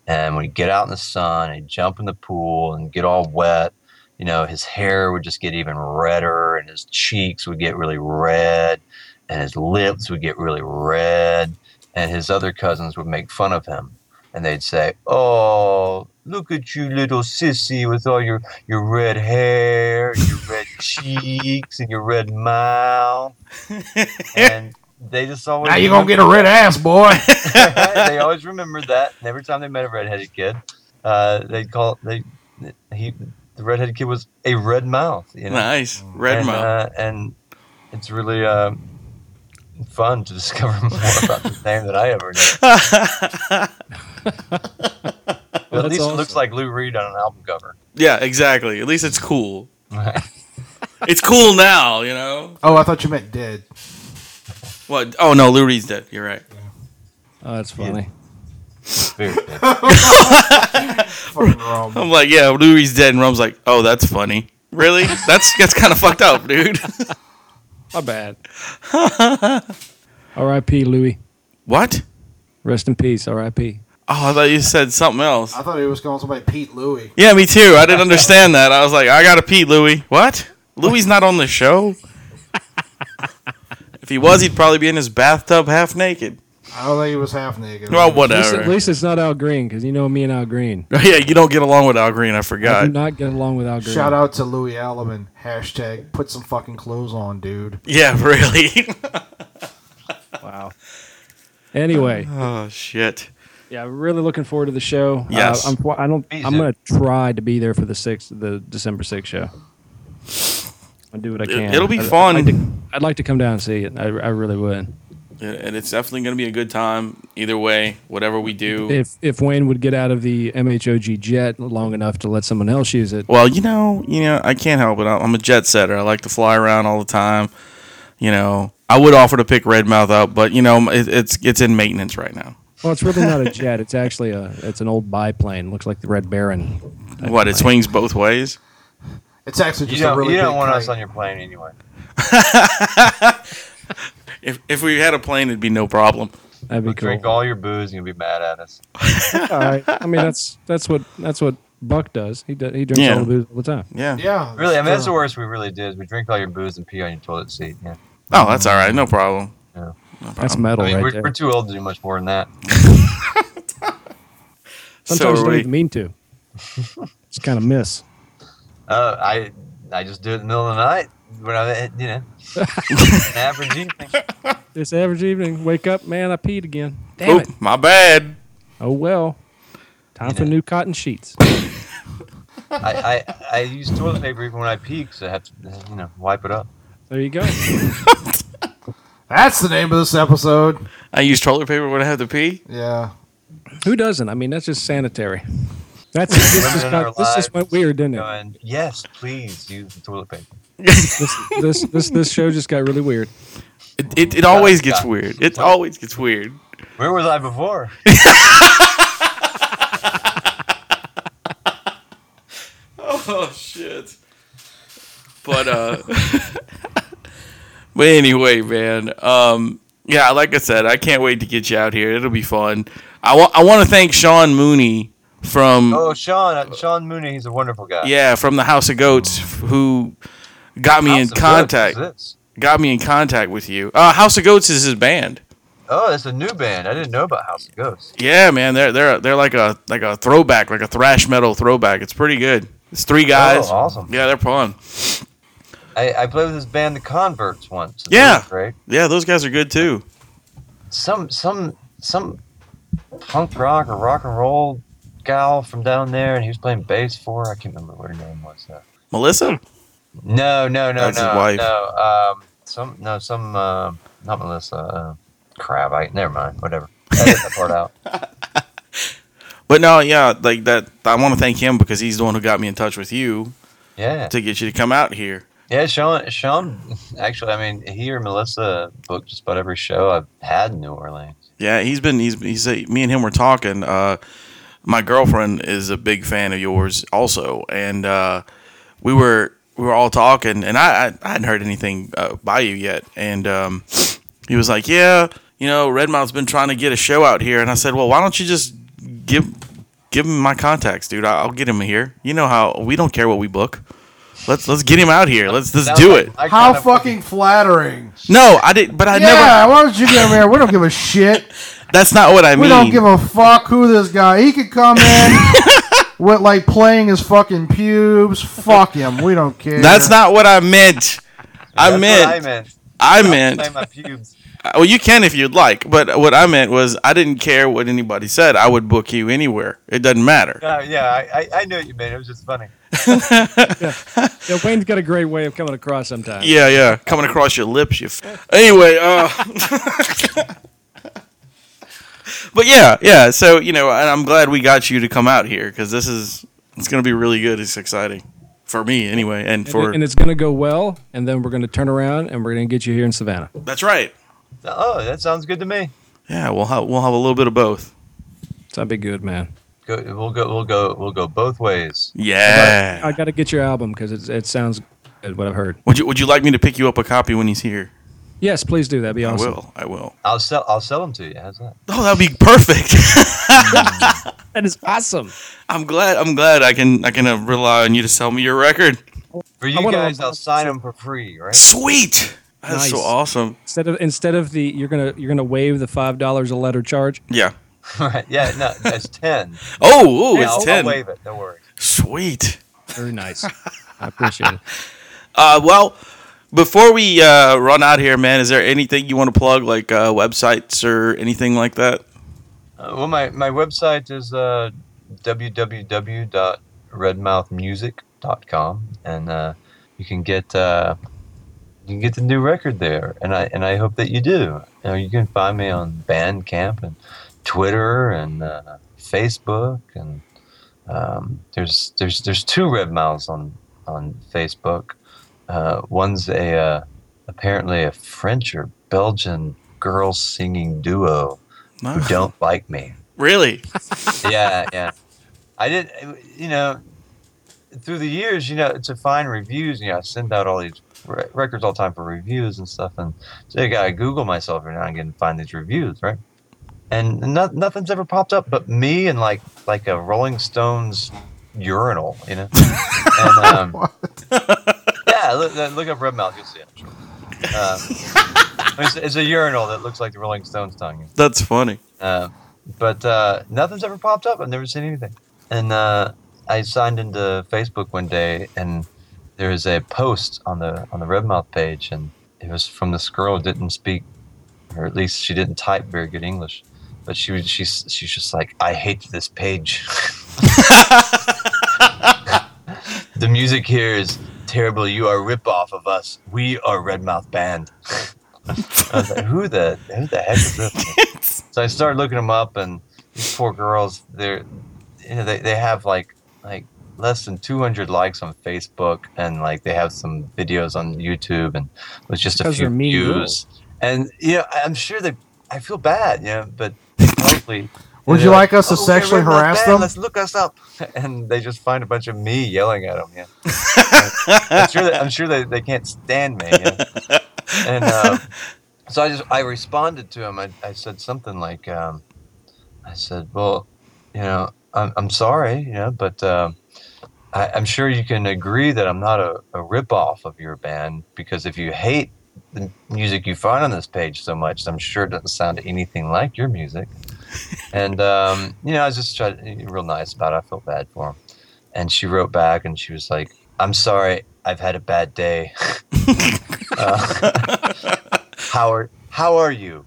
Speaker 1: and when he'd get out in the sun, he'd jump in the pool and get all wet, you know, his hair would just get even redder and his cheeks would get really red and his lips would get really red and his other cousins would make fun of him and they'd say, "Oh, look at you little sissy with all your your red hair, your
Speaker 3: <laughs>
Speaker 1: red cheeks and your red mouth." And they just always
Speaker 3: Now you're going to get a red ass, boy.
Speaker 1: they always remembered that. And every time they met a redheaded kid, uh, they'd call they he the redheaded kid was a red mouth. You know?
Speaker 2: Nice. Red
Speaker 1: and,
Speaker 2: mouth.
Speaker 1: uh, and it's really uh, fun to discover <laughs> more about this name than I ever knew.
Speaker 4: <laughs>
Speaker 1: But
Speaker 4: That's
Speaker 1: at least it looks
Speaker 4: awesome.
Speaker 1: like Lou Reed on an album cover.
Speaker 2: <laughs> yeah, exactly. At least it's cool. It's cool now, you know?
Speaker 3: <laughs> Oh, I thought you meant dead.
Speaker 2: What? Oh, no, Lou Reed's dead. You're right.
Speaker 4: Oh, that's funny.
Speaker 1: Very
Speaker 4: <laughs>
Speaker 1: good.
Speaker 3: Fucking wrong.
Speaker 2: I'm like, yeah, Lou Reed's dead. And Rome's like, oh, that's funny. Really? That's that's kind of fucked up, dude. <laughs>
Speaker 1: <laughs>
Speaker 4: My bad. R.I.P. Louis.
Speaker 2: what?
Speaker 4: Rest in peace. R.I.P.
Speaker 2: Oh, I thought you said something else.
Speaker 3: I thought he was calling somebody Pete Louie.
Speaker 2: Yeah, me too. I didn't understand that. I was like, I gotta pee, Louie. What? Louie's not on the show? <laughs> if he was, he'd probably be in his bathtub half naked.
Speaker 3: I don't think he was half naked.
Speaker 2: Well,
Speaker 4: At least, at
Speaker 2: whatever.
Speaker 4: least it's not Al Green because you know me and Al Green.
Speaker 2: <laughs> Yeah, you don't get along with Al Green. I
Speaker 4: I do
Speaker 2: forgot.
Speaker 4: not get along with Al Green.
Speaker 3: Shout out to Louis Alleman. Hashtag put some fucking clothes on, dude.
Speaker 2: Yeah, <laughs> really.
Speaker 4: Wow. Anyway,
Speaker 2: oh shit.
Speaker 4: yeah, really looking forward to the show.
Speaker 2: Yes.
Speaker 4: Uh, I'm, I don't.
Speaker 1: Please
Speaker 4: I'm
Speaker 1: do.
Speaker 4: going to try to be there for the sixth, the December sixth show. I'll do what I can.
Speaker 2: it'll be
Speaker 4: I'd-
Speaker 2: fun.
Speaker 4: I'd like, to, I'd like to come down and see it. I, I really would.
Speaker 2: And it's definitely gonna be a good time. Either way, whatever we do.
Speaker 4: If if Wayne would get out of the MHOG jet long enough to let someone else use it,
Speaker 2: Well, you know, you know, I can't help it. I- I'm a jet setter. I like to fly around all the time. You know, I would offer to pick Redmouth up, but you know, it, it's it's in maintenance right now.
Speaker 4: well, it's really not a jet. It's actually a. It's an old biplane. Looks like the Red Baron.
Speaker 2: What? It swings both ways.
Speaker 3: It's actually
Speaker 1: You
Speaker 3: just a
Speaker 1: don't,
Speaker 3: really
Speaker 1: you don't
Speaker 3: big
Speaker 1: want
Speaker 3: kite.
Speaker 1: us on your plane anyway.
Speaker 2: If, if we had a plane, it'd be no problem.
Speaker 4: That'd be
Speaker 1: We'll
Speaker 4: cool.
Speaker 1: drink all your booze and you'll be mad at us.
Speaker 4: All right. I mean, that's that's what that's what Buck does. He does, he drinks
Speaker 2: Yeah.
Speaker 4: all the booze all the time.
Speaker 2: Yeah.
Speaker 3: Yeah.
Speaker 1: Really, I mean, that's the
Speaker 3: true.
Speaker 1: worst we really did is we drink all your booze and pee on your toilet seat. Yeah.
Speaker 2: Oh, that's all right. No problem.
Speaker 1: Yeah.
Speaker 2: No
Speaker 4: That's
Speaker 2: problem.
Speaker 4: metal
Speaker 1: I mean,
Speaker 4: right
Speaker 1: we're,
Speaker 4: there.
Speaker 1: we're too old to do much more than that.
Speaker 4: Sometimes
Speaker 2: so
Speaker 4: you
Speaker 2: are
Speaker 4: don't
Speaker 2: we.
Speaker 4: even mean to. <laughs> Just kind of miss.
Speaker 1: Uh, I I just do it in the middle of the night when I you
Speaker 4: <laughs>
Speaker 1: know an average evening.
Speaker 4: This average evening, wake up, man, I peed again. Damn
Speaker 2: Oop,
Speaker 4: it.
Speaker 2: my bad.
Speaker 4: Oh well. Time for
Speaker 1: Yeah.
Speaker 4: new cotton sheets.
Speaker 1: I, I I use toilet paper even when I pee because I have to you know wipe it up.
Speaker 4: There you go.
Speaker 3: That's the name of this episode.
Speaker 2: I use toilet paper when I have to pee.
Speaker 3: Yeah.
Speaker 4: Who doesn't? I mean, that's just sanitary. That's this is
Speaker 1: Women in our
Speaker 4: not, this just went
Speaker 1: lives
Speaker 4: weird, didn't it?
Speaker 1: Going yes, please use the toilet paper.
Speaker 4: This, this this this show just got really weird.
Speaker 2: It, it, it always gets
Speaker 1: God.
Speaker 2: weird. It always gets weird.
Speaker 1: Where was I before?
Speaker 2: Oh shit. But uh <laughs> But anyway, man. Um yeah, like I said, I can't wait to get you out here. It'll be fun. I want I want to thank Sean Mooney from
Speaker 1: Oh, Sean uh, Sean Mooney, he's a wonderful guy.
Speaker 2: yeah, from the House of Goats who got me
Speaker 1: House
Speaker 2: in
Speaker 1: of Goats,
Speaker 2: contact.
Speaker 1: who's this?
Speaker 2: Got me in contact with you. Uh House of Goats is his band.
Speaker 1: Oh, that's a new band. I didn't know about House of Ghosts. Oh,
Speaker 2: Yeah, man, they're they're they're like a like a throwback, like a thrash metal throwback. It's pretty good. It's three guys.
Speaker 1: Oh, awesome.
Speaker 2: Yeah, they're fun.
Speaker 1: I, I played with this band, The Converts, once. and they
Speaker 2: Yeah.
Speaker 1: were great.
Speaker 2: Yeah, those guys are good too.
Speaker 1: Some some some punk rock or rock and roll gal from down there, and he was playing bass for. her. I can't remember what her name was. Though.
Speaker 2: Melissa?
Speaker 1: No, no, no,
Speaker 2: That's his
Speaker 1: no,
Speaker 2: wife.
Speaker 1: no. Um, some no, some uh, not Melissa. Uh, crap. I never mind. Whatever. Edit that part out. <laughs>
Speaker 2: But no, yeah, like that. I want to thank him because he's the one who got me in touch with you
Speaker 1: Yeah,
Speaker 2: to get you to come out here.
Speaker 1: yeah. Sean, Sean. Actually, I mean, he or Melissa booked just about every show I've had in New Orleans.
Speaker 2: Yeah, he's been he's he's uh, me and him were talking. Uh, my girlfriend is a big fan of yours also, and uh, we were we were all talking, and I I, I hadn't heard anything uh, by you yet, and um, he was like, yeah, you know, Redmouth's been trying to get a show out here, and I said, well, why don't you just give give him my contacts, dude? I- I'll get him here. You know how we don't care what we book. Let's let's get him out here. Let's let's
Speaker 1: Sounds
Speaker 2: do
Speaker 1: like
Speaker 2: it.
Speaker 1: my
Speaker 3: How
Speaker 1: kind of-
Speaker 3: fucking flattering.
Speaker 2: No, I didn't. But I
Speaker 3: yeah, why don't you get over here? We don't give a shit.
Speaker 2: never. That's not what I
Speaker 3: We
Speaker 2: mean.
Speaker 3: don't give a fuck who this guy. He could come in with like playing his fucking pubes. Fuck him. We don't care.
Speaker 2: That's not what I meant. I
Speaker 1: That's what
Speaker 2: meant.
Speaker 1: I meant.
Speaker 2: I
Speaker 1: I'll
Speaker 2: meant.
Speaker 1: play my pubes. <laughs>
Speaker 2: Uh, Well, you can if you'd like, but what I meant was I didn't care what anybody said. I would book you anywhere. It doesn't matter.
Speaker 1: Uh, yeah, I, I, I knew what you meant. It was just funny.
Speaker 4: Yeah, Wayne's got a great way of coming across sometimes.
Speaker 2: Yeah, yeah. Coming across your lips, you. F- anyway, uh. <laughs> but yeah, yeah. So you know, and I'm glad we got you to come out here because this is it's gonna be really good. It's exciting for me anyway, and
Speaker 4: And-
Speaker 2: for
Speaker 4: and it's going to go well, and then we're going to turn around and we're going to get you here in Savannah.
Speaker 2: that's right.
Speaker 1: Oh, that sounds good to me.
Speaker 2: Yeah, we'll have we'll have a little bit of both.
Speaker 4: So that'd be good, man.
Speaker 1: Go, we'll go. We'll go. We'll go both ways.
Speaker 2: Yeah.
Speaker 4: I got to get your album because it, it sounds good, what I've heard.
Speaker 2: Would you Would you like me to pick you up a copy when he's here?
Speaker 4: Yes, please do. That'd be
Speaker 2: I
Speaker 4: awesome.
Speaker 2: will. I will.
Speaker 1: I'll sell. I'll sell them to you. How's that?
Speaker 2: Oh, that'd be perfect. <laughs>
Speaker 4: That is awesome.
Speaker 2: I'm glad. I'm glad I can. I can uh, rely on you to sell me your record.
Speaker 1: For
Speaker 4: I
Speaker 1: you
Speaker 4: wanna-
Speaker 1: guys, I'll sign them for free. Right?
Speaker 2: Sweet. That's so
Speaker 4: Nice.
Speaker 2: awesome.
Speaker 4: Instead of instead of the you're gonna you're gonna waive the five dollars a letter charge.
Speaker 2: Yeah.
Speaker 1: <laughs> right. Yeah. No, that's ten.
Speaker 2: Oh, ooh,
Speaker 1: Yeah,
Speaker 2: it's
Speaker 1: I'll,
Speaker 2: 10
Speaker 1: I'll waive it. Don't worry.
Speaker 2: Sweet.
Speaker 4: Very nice. <laughs> I appreciate it.
Speaker 2: Uh, well, before we uh, run out here, man, is there anything you want to plug, like uh, websites or anything like that?
Speaker 1: Uh, well, my my website is uh, www.redmouthmusic.com, and uh, you can get uh, you can get the new record there, and I and I hope that you do. You, know, you can find me on Bandcamp and Twitter and uh, Facebook, and um, there's there's there's two Red Mouths on on Facebook. Uh, one's a uh, apparently a French or Belgian girl singing duo
Speaker 2: No. <laughs>
Speaker 1: who don't like me
Speaker 2: Really?
Speaker 1: yeah, yeah. I did, you know, through the years, you know, to find reviews, you know, I send out all these re- records all the time for reviews and stuff, and so I gotta Google myself every now and again and find these reviews, right? And no, nothing's ever popped up but me and like like a Rolling Stones urinal, you know. and, um, yeah, look, uh, look up Red Mouth, you'll see it. Uh, it's, it's a urinal that looks like the Rolling Stones tongue.
Speaker 2: That's funny.
Speaker 1: Uh, but uh, nothing's ever popped up. I've never seen anything. And uh, I signed into Facebook one day, and there was a post on the on the Redmouth page, and it was from this girl who didn't speak, or at least she didn't type very good English. But she was she's she's just like, I hate this page. <laughs> the music here is terrible. You are a ripoff of us. We are Redmouth Band. I was like, who the who the heck is this?
Speaker 4: <laughs>
Speaker 1: So I started looking them up, and these poor girls, they're, you know, they, they have like like less than 200 likes on Facebook, and like they have some videos on YouTube, and with just a
Speaker 4: Because
Speaker 1: few
Speaker 4: they're mean
Speaker 1: views.
Speaker 4: girls.
Speaker 1: And you know, I- I'm sure they. I feel bad, you know, but they probably.
Speaker 3: <laughs> Would
Speaker 1: they're "Oh,
Speaker 3: you like us to
Speaker 1: we're
Speaker 3: sexually
Speaker 1: Red Mouth
Speaker 3: harass
Speaker 1: Band,
Speaker 3: them?"
Speaker 1: Let's look us up, <laughs> and they just find a bunch of me yelling at them. <laughs> Yeah, I'm sure. They, I'm sure they, they can't stand me. yeah. And uh, so I just I responded to him. I, I said something like, um, I said, well, you know, I'm, I'm sorry, you know, but um I, I'm sure you can agree that I'm not a, a ripoff of your band because if you hate the music you find on this page so much, I'm sure it doesn't sound anything like your music. and um, you know, I was just trying to be real nice about it. I felt bad for him. And she wrote back and she was like, I'm sorry, I've had a bad
Speaker 3: <laughs>
Speaker 1: day. Uh, how are how are you?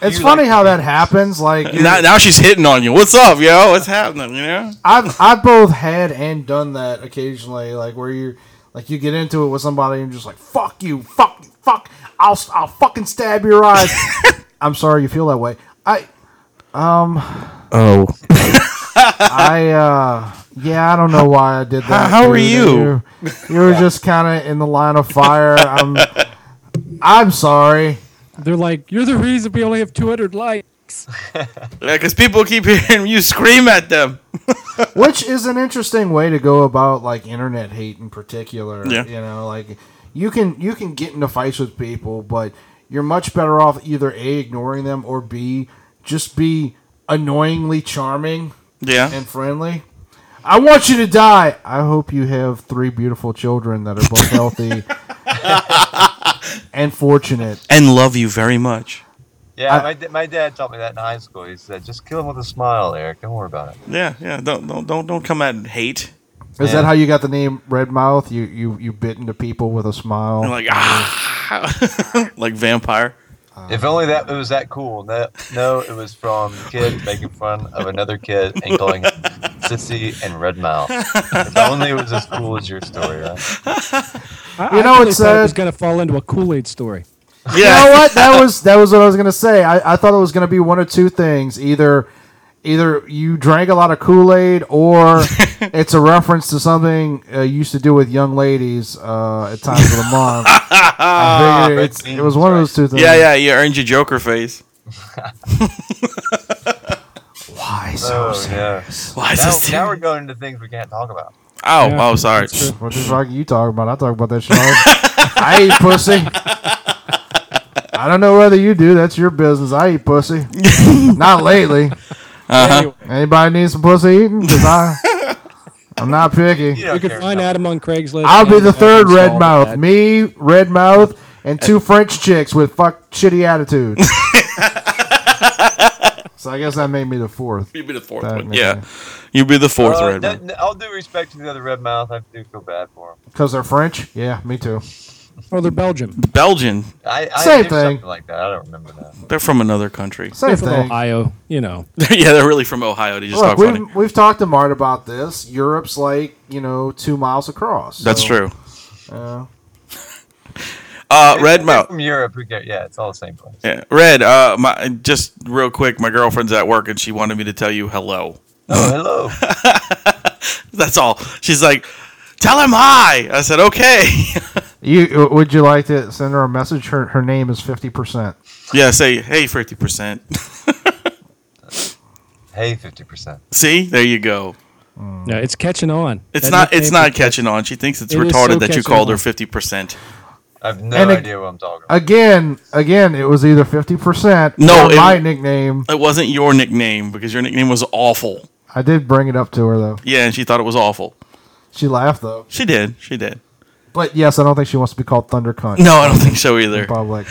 Speaker 3: It's
Speaker 1: You
Speaker 3: funny
Speaker 1: like-
Speaker 3: how that happens. Like you-
Speaker 2: Now, now she's hitting on you. What's up, yo? What's happening? You know?
Speaker 3: I've I've both had and done that occasionally, like where you like you get into it with somebody and you're just like fuck you, fuck, you, fuck, I'll I'll fucking stab
Speaker 2: <laughs>
Speaker 3: your eyes. I'm sorry you feel that way. I um,
Speaker 2: Oh,
Speaker 3: <laughs> I uh yeah, I don't know why I did that.
Speaker 2: How- how are
Speaker 3: dude.
Speaker 2: you?
Speaker 3: You, you were just kind of in the line of fire. I'm I'm sorry.
Speaker 4: They're like, you're the reason we only have two hundred likes.
Speaker 2: because people keep <laughs> hearing you scream at them.
Speaker 3: which is an interesting way to go about like internet hate in particular
Speaker 2: Yeah.
Speaker 3: you know like you can you can get into fights with people but you're much better off either a ignoring them or b just be annoyingly charming
Speaker 2: Yeah.
Speaker 3: and friendly i want you to die i hope you have three beautiful children that are both healthy and fortunate
Speaker 2: And love you very much.
Speaker 1: Yeah,
Speaker 3: I-
Speaker 1: my, da- my dad taught me that in high school. He said, "Just kill him with a smile, Eric. Don't worry about it."
Speaker 2: Yeah, yeah. Don't don't don't don't come at hate.
Speaker 3: is
Speaker 1: Yeah.
Speaker 3: that how you got the name red mouth you you you bit into people with a smile
Speaker 2: And <laughs> like ah, like vampire.
Speaker 1: If only
Speaker 3: Oh.
Speaker 1: that it was that cool. No, no, it was from kid making fun of another kid and calling him sissy and red mouth. If only it was as cool as your story, right?
Speaker 4: I,
Speaker 3: You
Speaker 4: I
Speaker 3: know,
Speaker 4: really
Speaker 3: it's,
Speaker 4: thought it
Speaker 3: uh,
Speaker 4: was going to fall into a Kool Aid story.
Speaker 2: Yeah.
Speaker 3: You know what? That was that was what I was gonna say. I, I thought it was gonna be one of two things. Either either you drank a lot of Kool Aid, or it's a reference to something uh, you used to do with young ladies uh, at times of the month. I figured it's, it was one of those two things.
Speaker 2: Yeah, yeah, you earned your Joker face.
Speaker 3: Why so
Speaker 1: Oh,
Speaker 3: sad?
Speaker 1: yeah.
Speaker 2: Why is
Speaker 1: Now,
Speaker 2: this?
Speaker 1: now we're going into things we can't talk about.
Speaker 2: oh,
Speaker 4: Yeah,
Speaker 2: oh, sorry.
Speaker 4: that's true.
Speaker 3: What the fuck are you talking about? I talk about that shit. all- I eat pussy. I don't know whether you do. That's your business. I eat pussy. Not lately. Uh-huh.
Speaker 4: Anyway,
Speaker 3: Anybody need some pussy eating? Because I,
Speaker 2: <laughs>
Speaker 3: I'm not
Speaker 1: You,
Speaker 3: picky.
Speaker 1: don't
Speaker 4: you can
Speaker 1: care
Speaker 4: find
Speaker 1: about-
Speaker 4: Adam on Craigslist.
Speaker 3: I'll be
Speaker 4: and
Speaker 3: the
Speaker 4: I can
Speaker 3: third
Speaker 4: solve
Speaker 3: red mouth.
Speaker 4: that.
Speaker 3: Me, red mouth, and
Speaker 2: <laughs>
Speaker 3: two French chicks with fuck shitty attitudes. so I guess that made me the fourth.
Speaker 2: You'd be the fourth
Speaker 3: That
Speaker 2: one.
Speaker 3: makes
Speaker 2: Yeah.
Speaker 3: sense.
Speaker 2: You'd be the fourth
Speaker 1: Uh,
Speaker 2: red
Speaker 1: no-
Speaker 2: one.
Speaker 1: no, I'll do respect to the other red mouth. I do feel bad for him.
Speaker 3: Because they're French? Yeah, me too.
Speaker 4: Oh, they're Belgium.
Speaker 2: Belgian.
Speaker 1: I, I
Speaker 3: Same
Speaker 1: knew
Speaker 3: thing.
Speaker 1: Something like that. I don't remember that.
Speaker 2: They're from another country. <laughs>
Speaker 3: Same
Speaker 4: They're from
Speaker 3: thing.
Speaker 4: Ohio. You know.
Speaker 2: yeah, they're really from Ohio. They just
Speaker 3: Look,
Speaker 2: talk funny.
Speaker 3: we've, we've talked to Mart about this. Europe's like, you know, two miles across.
Speaker 2: That's
Speaker 3: so,
Speaker 2: true.
Speaker 3: uh,
Speaker 2: Uh, red
Speaker 1: They're
Speaker 2: mouth.
Speaker 1: from Europe. Who cares? Yeah, it's all the same place.
Speaker 2: Yeah, red. Uh, my, just real quick, my girlfriend's at work and she wanted me to tell you hello.
Speaker 1: Oh,
Speaker 2: <laughs>
Speaker 1: hello.
Speaker 2: That's all. She's like, tell him hi. I said okay. <laughs>
Speaker 3: you uh, would you like to send her a message? Her her name is fifty percent.
Speaker 2: yeah, say hey, fifty percent. <laughs>
Speaker 1: hey, fifty percent.
Speaker 2: See, there you go.
Speaker 4: No, it's catching on.
Speaker 2: It's
Speaker 4: That
Speaker 2: not.
Speaker 4: nickname
Speaker 2: It's not
Speaker 4: is-
Speaker 2: catching on. She thinks it's
Speaker 4: It is
Speaker 2: retarded
Speaker 4: so
Speaker 2: that you
Speaker 4: catching
Speaker 2: called her
Speaker 4: on.
Speaker 2: fifty percent.
Speaker 1: I have no
Speaker 3: And it-
Speaker 1: idea what I'm talking about.
Speaker 3: Again, again, it was either fifty percent.
Speaker 2: No,
Speaker 3: or
Speaker 2: it-
Speaker 3: my nickname.
Speaker 2: It wasn't your nickname because your nickname was awful.
Speaker 3: I did bring it up to her though.
Speaker 2: Yeah, and she thought it was awful.
Speaker 3: She laughed though.
Speaker 2: She did. She did.
Speaker 3: But yes, I don't think she wants to be called Thunder Cunt
Speaker 2: No, I don't think so either.
Speaker 3: in public.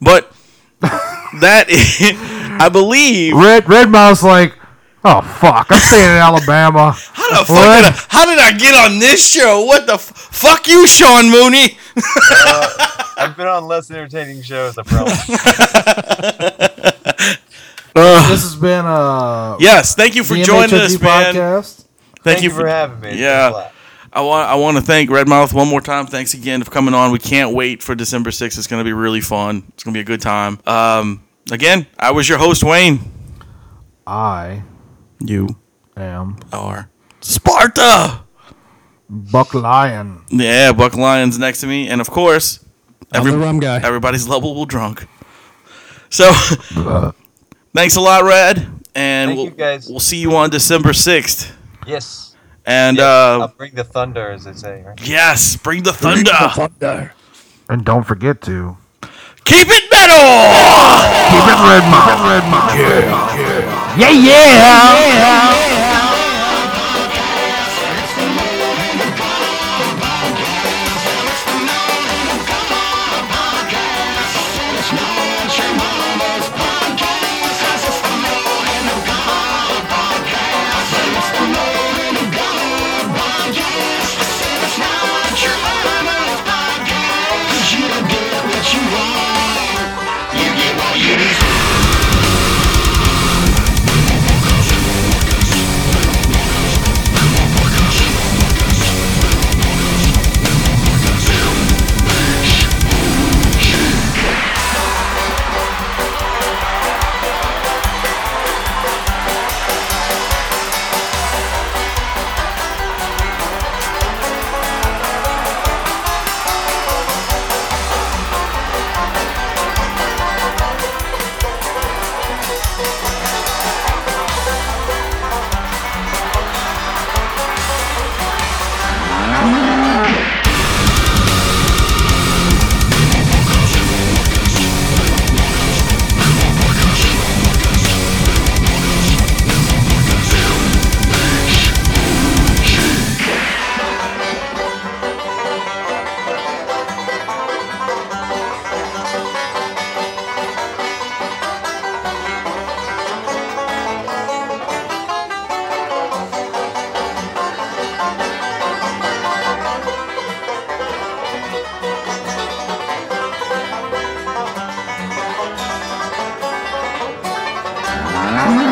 Speaker 2: But that <laughs> is, I believe.
Speaker 3: Red Red Mouth's like, oh fuck, I'm staying in Alabama.
Speaker 2: How the fuck
Speaker 3: What?
Speaker 2: did I, how did I get on this show? What the f- fuck you, Sean Mooney?
Speaker 1: I've been on less entertaining shows. I
Speaker 2: <laughs>
Speaker 1: promise.
Speaker 3: This has been uh
Speaker 2: Yes, thank you for
Speaker 3: DMHOD
Speaker 2: joining us, man.
Speaker 3: podcast.
Speaker 2: Thank, you for.
Speaker 1: having me. It's been a
Speaker 2: Yeah.
Speaker 1: blast.
Speaker 2: I want I want to thank Redmouth one more time. Thanks again for coming on. We can't wait for December 6th. It's going to be really fun. It's going to be a good time. Um, again, I was your host Wayne.
Speaker 3: I
Speaker 2: You
Speaker 3: am
Speaker 2: are Sparta.
Speaker 3: Buck Lion.
Speaker 2: Yeah, Buck Lyons next to me, and of course,
Speaker 4: I'm the rum guy.
Speaker 2: everybody's lovable drunk. So, <laughs> thanks a lot, Red, and
Speaker 1: Thank
Speaker 2: we'll
Speaker 1: you, guys.
Speaker 2: we'll see you on December sixth.
Speaker 1: Yes.
Speaker 2: And
Speaker 1: Yes, I'll
Speaker 2: uh,
Speaker 1: bring the thunder, as they say. Right?
Speaker 2: yes, bring the thunder.
Speaker 3: And don't forget to
Speaker 2: Keep it metal.
Speaker 3: keep it red mouth. red mouth. Yeah, yeah. yeah, yeah.
Speaker 5: You get what you deserve. Bye.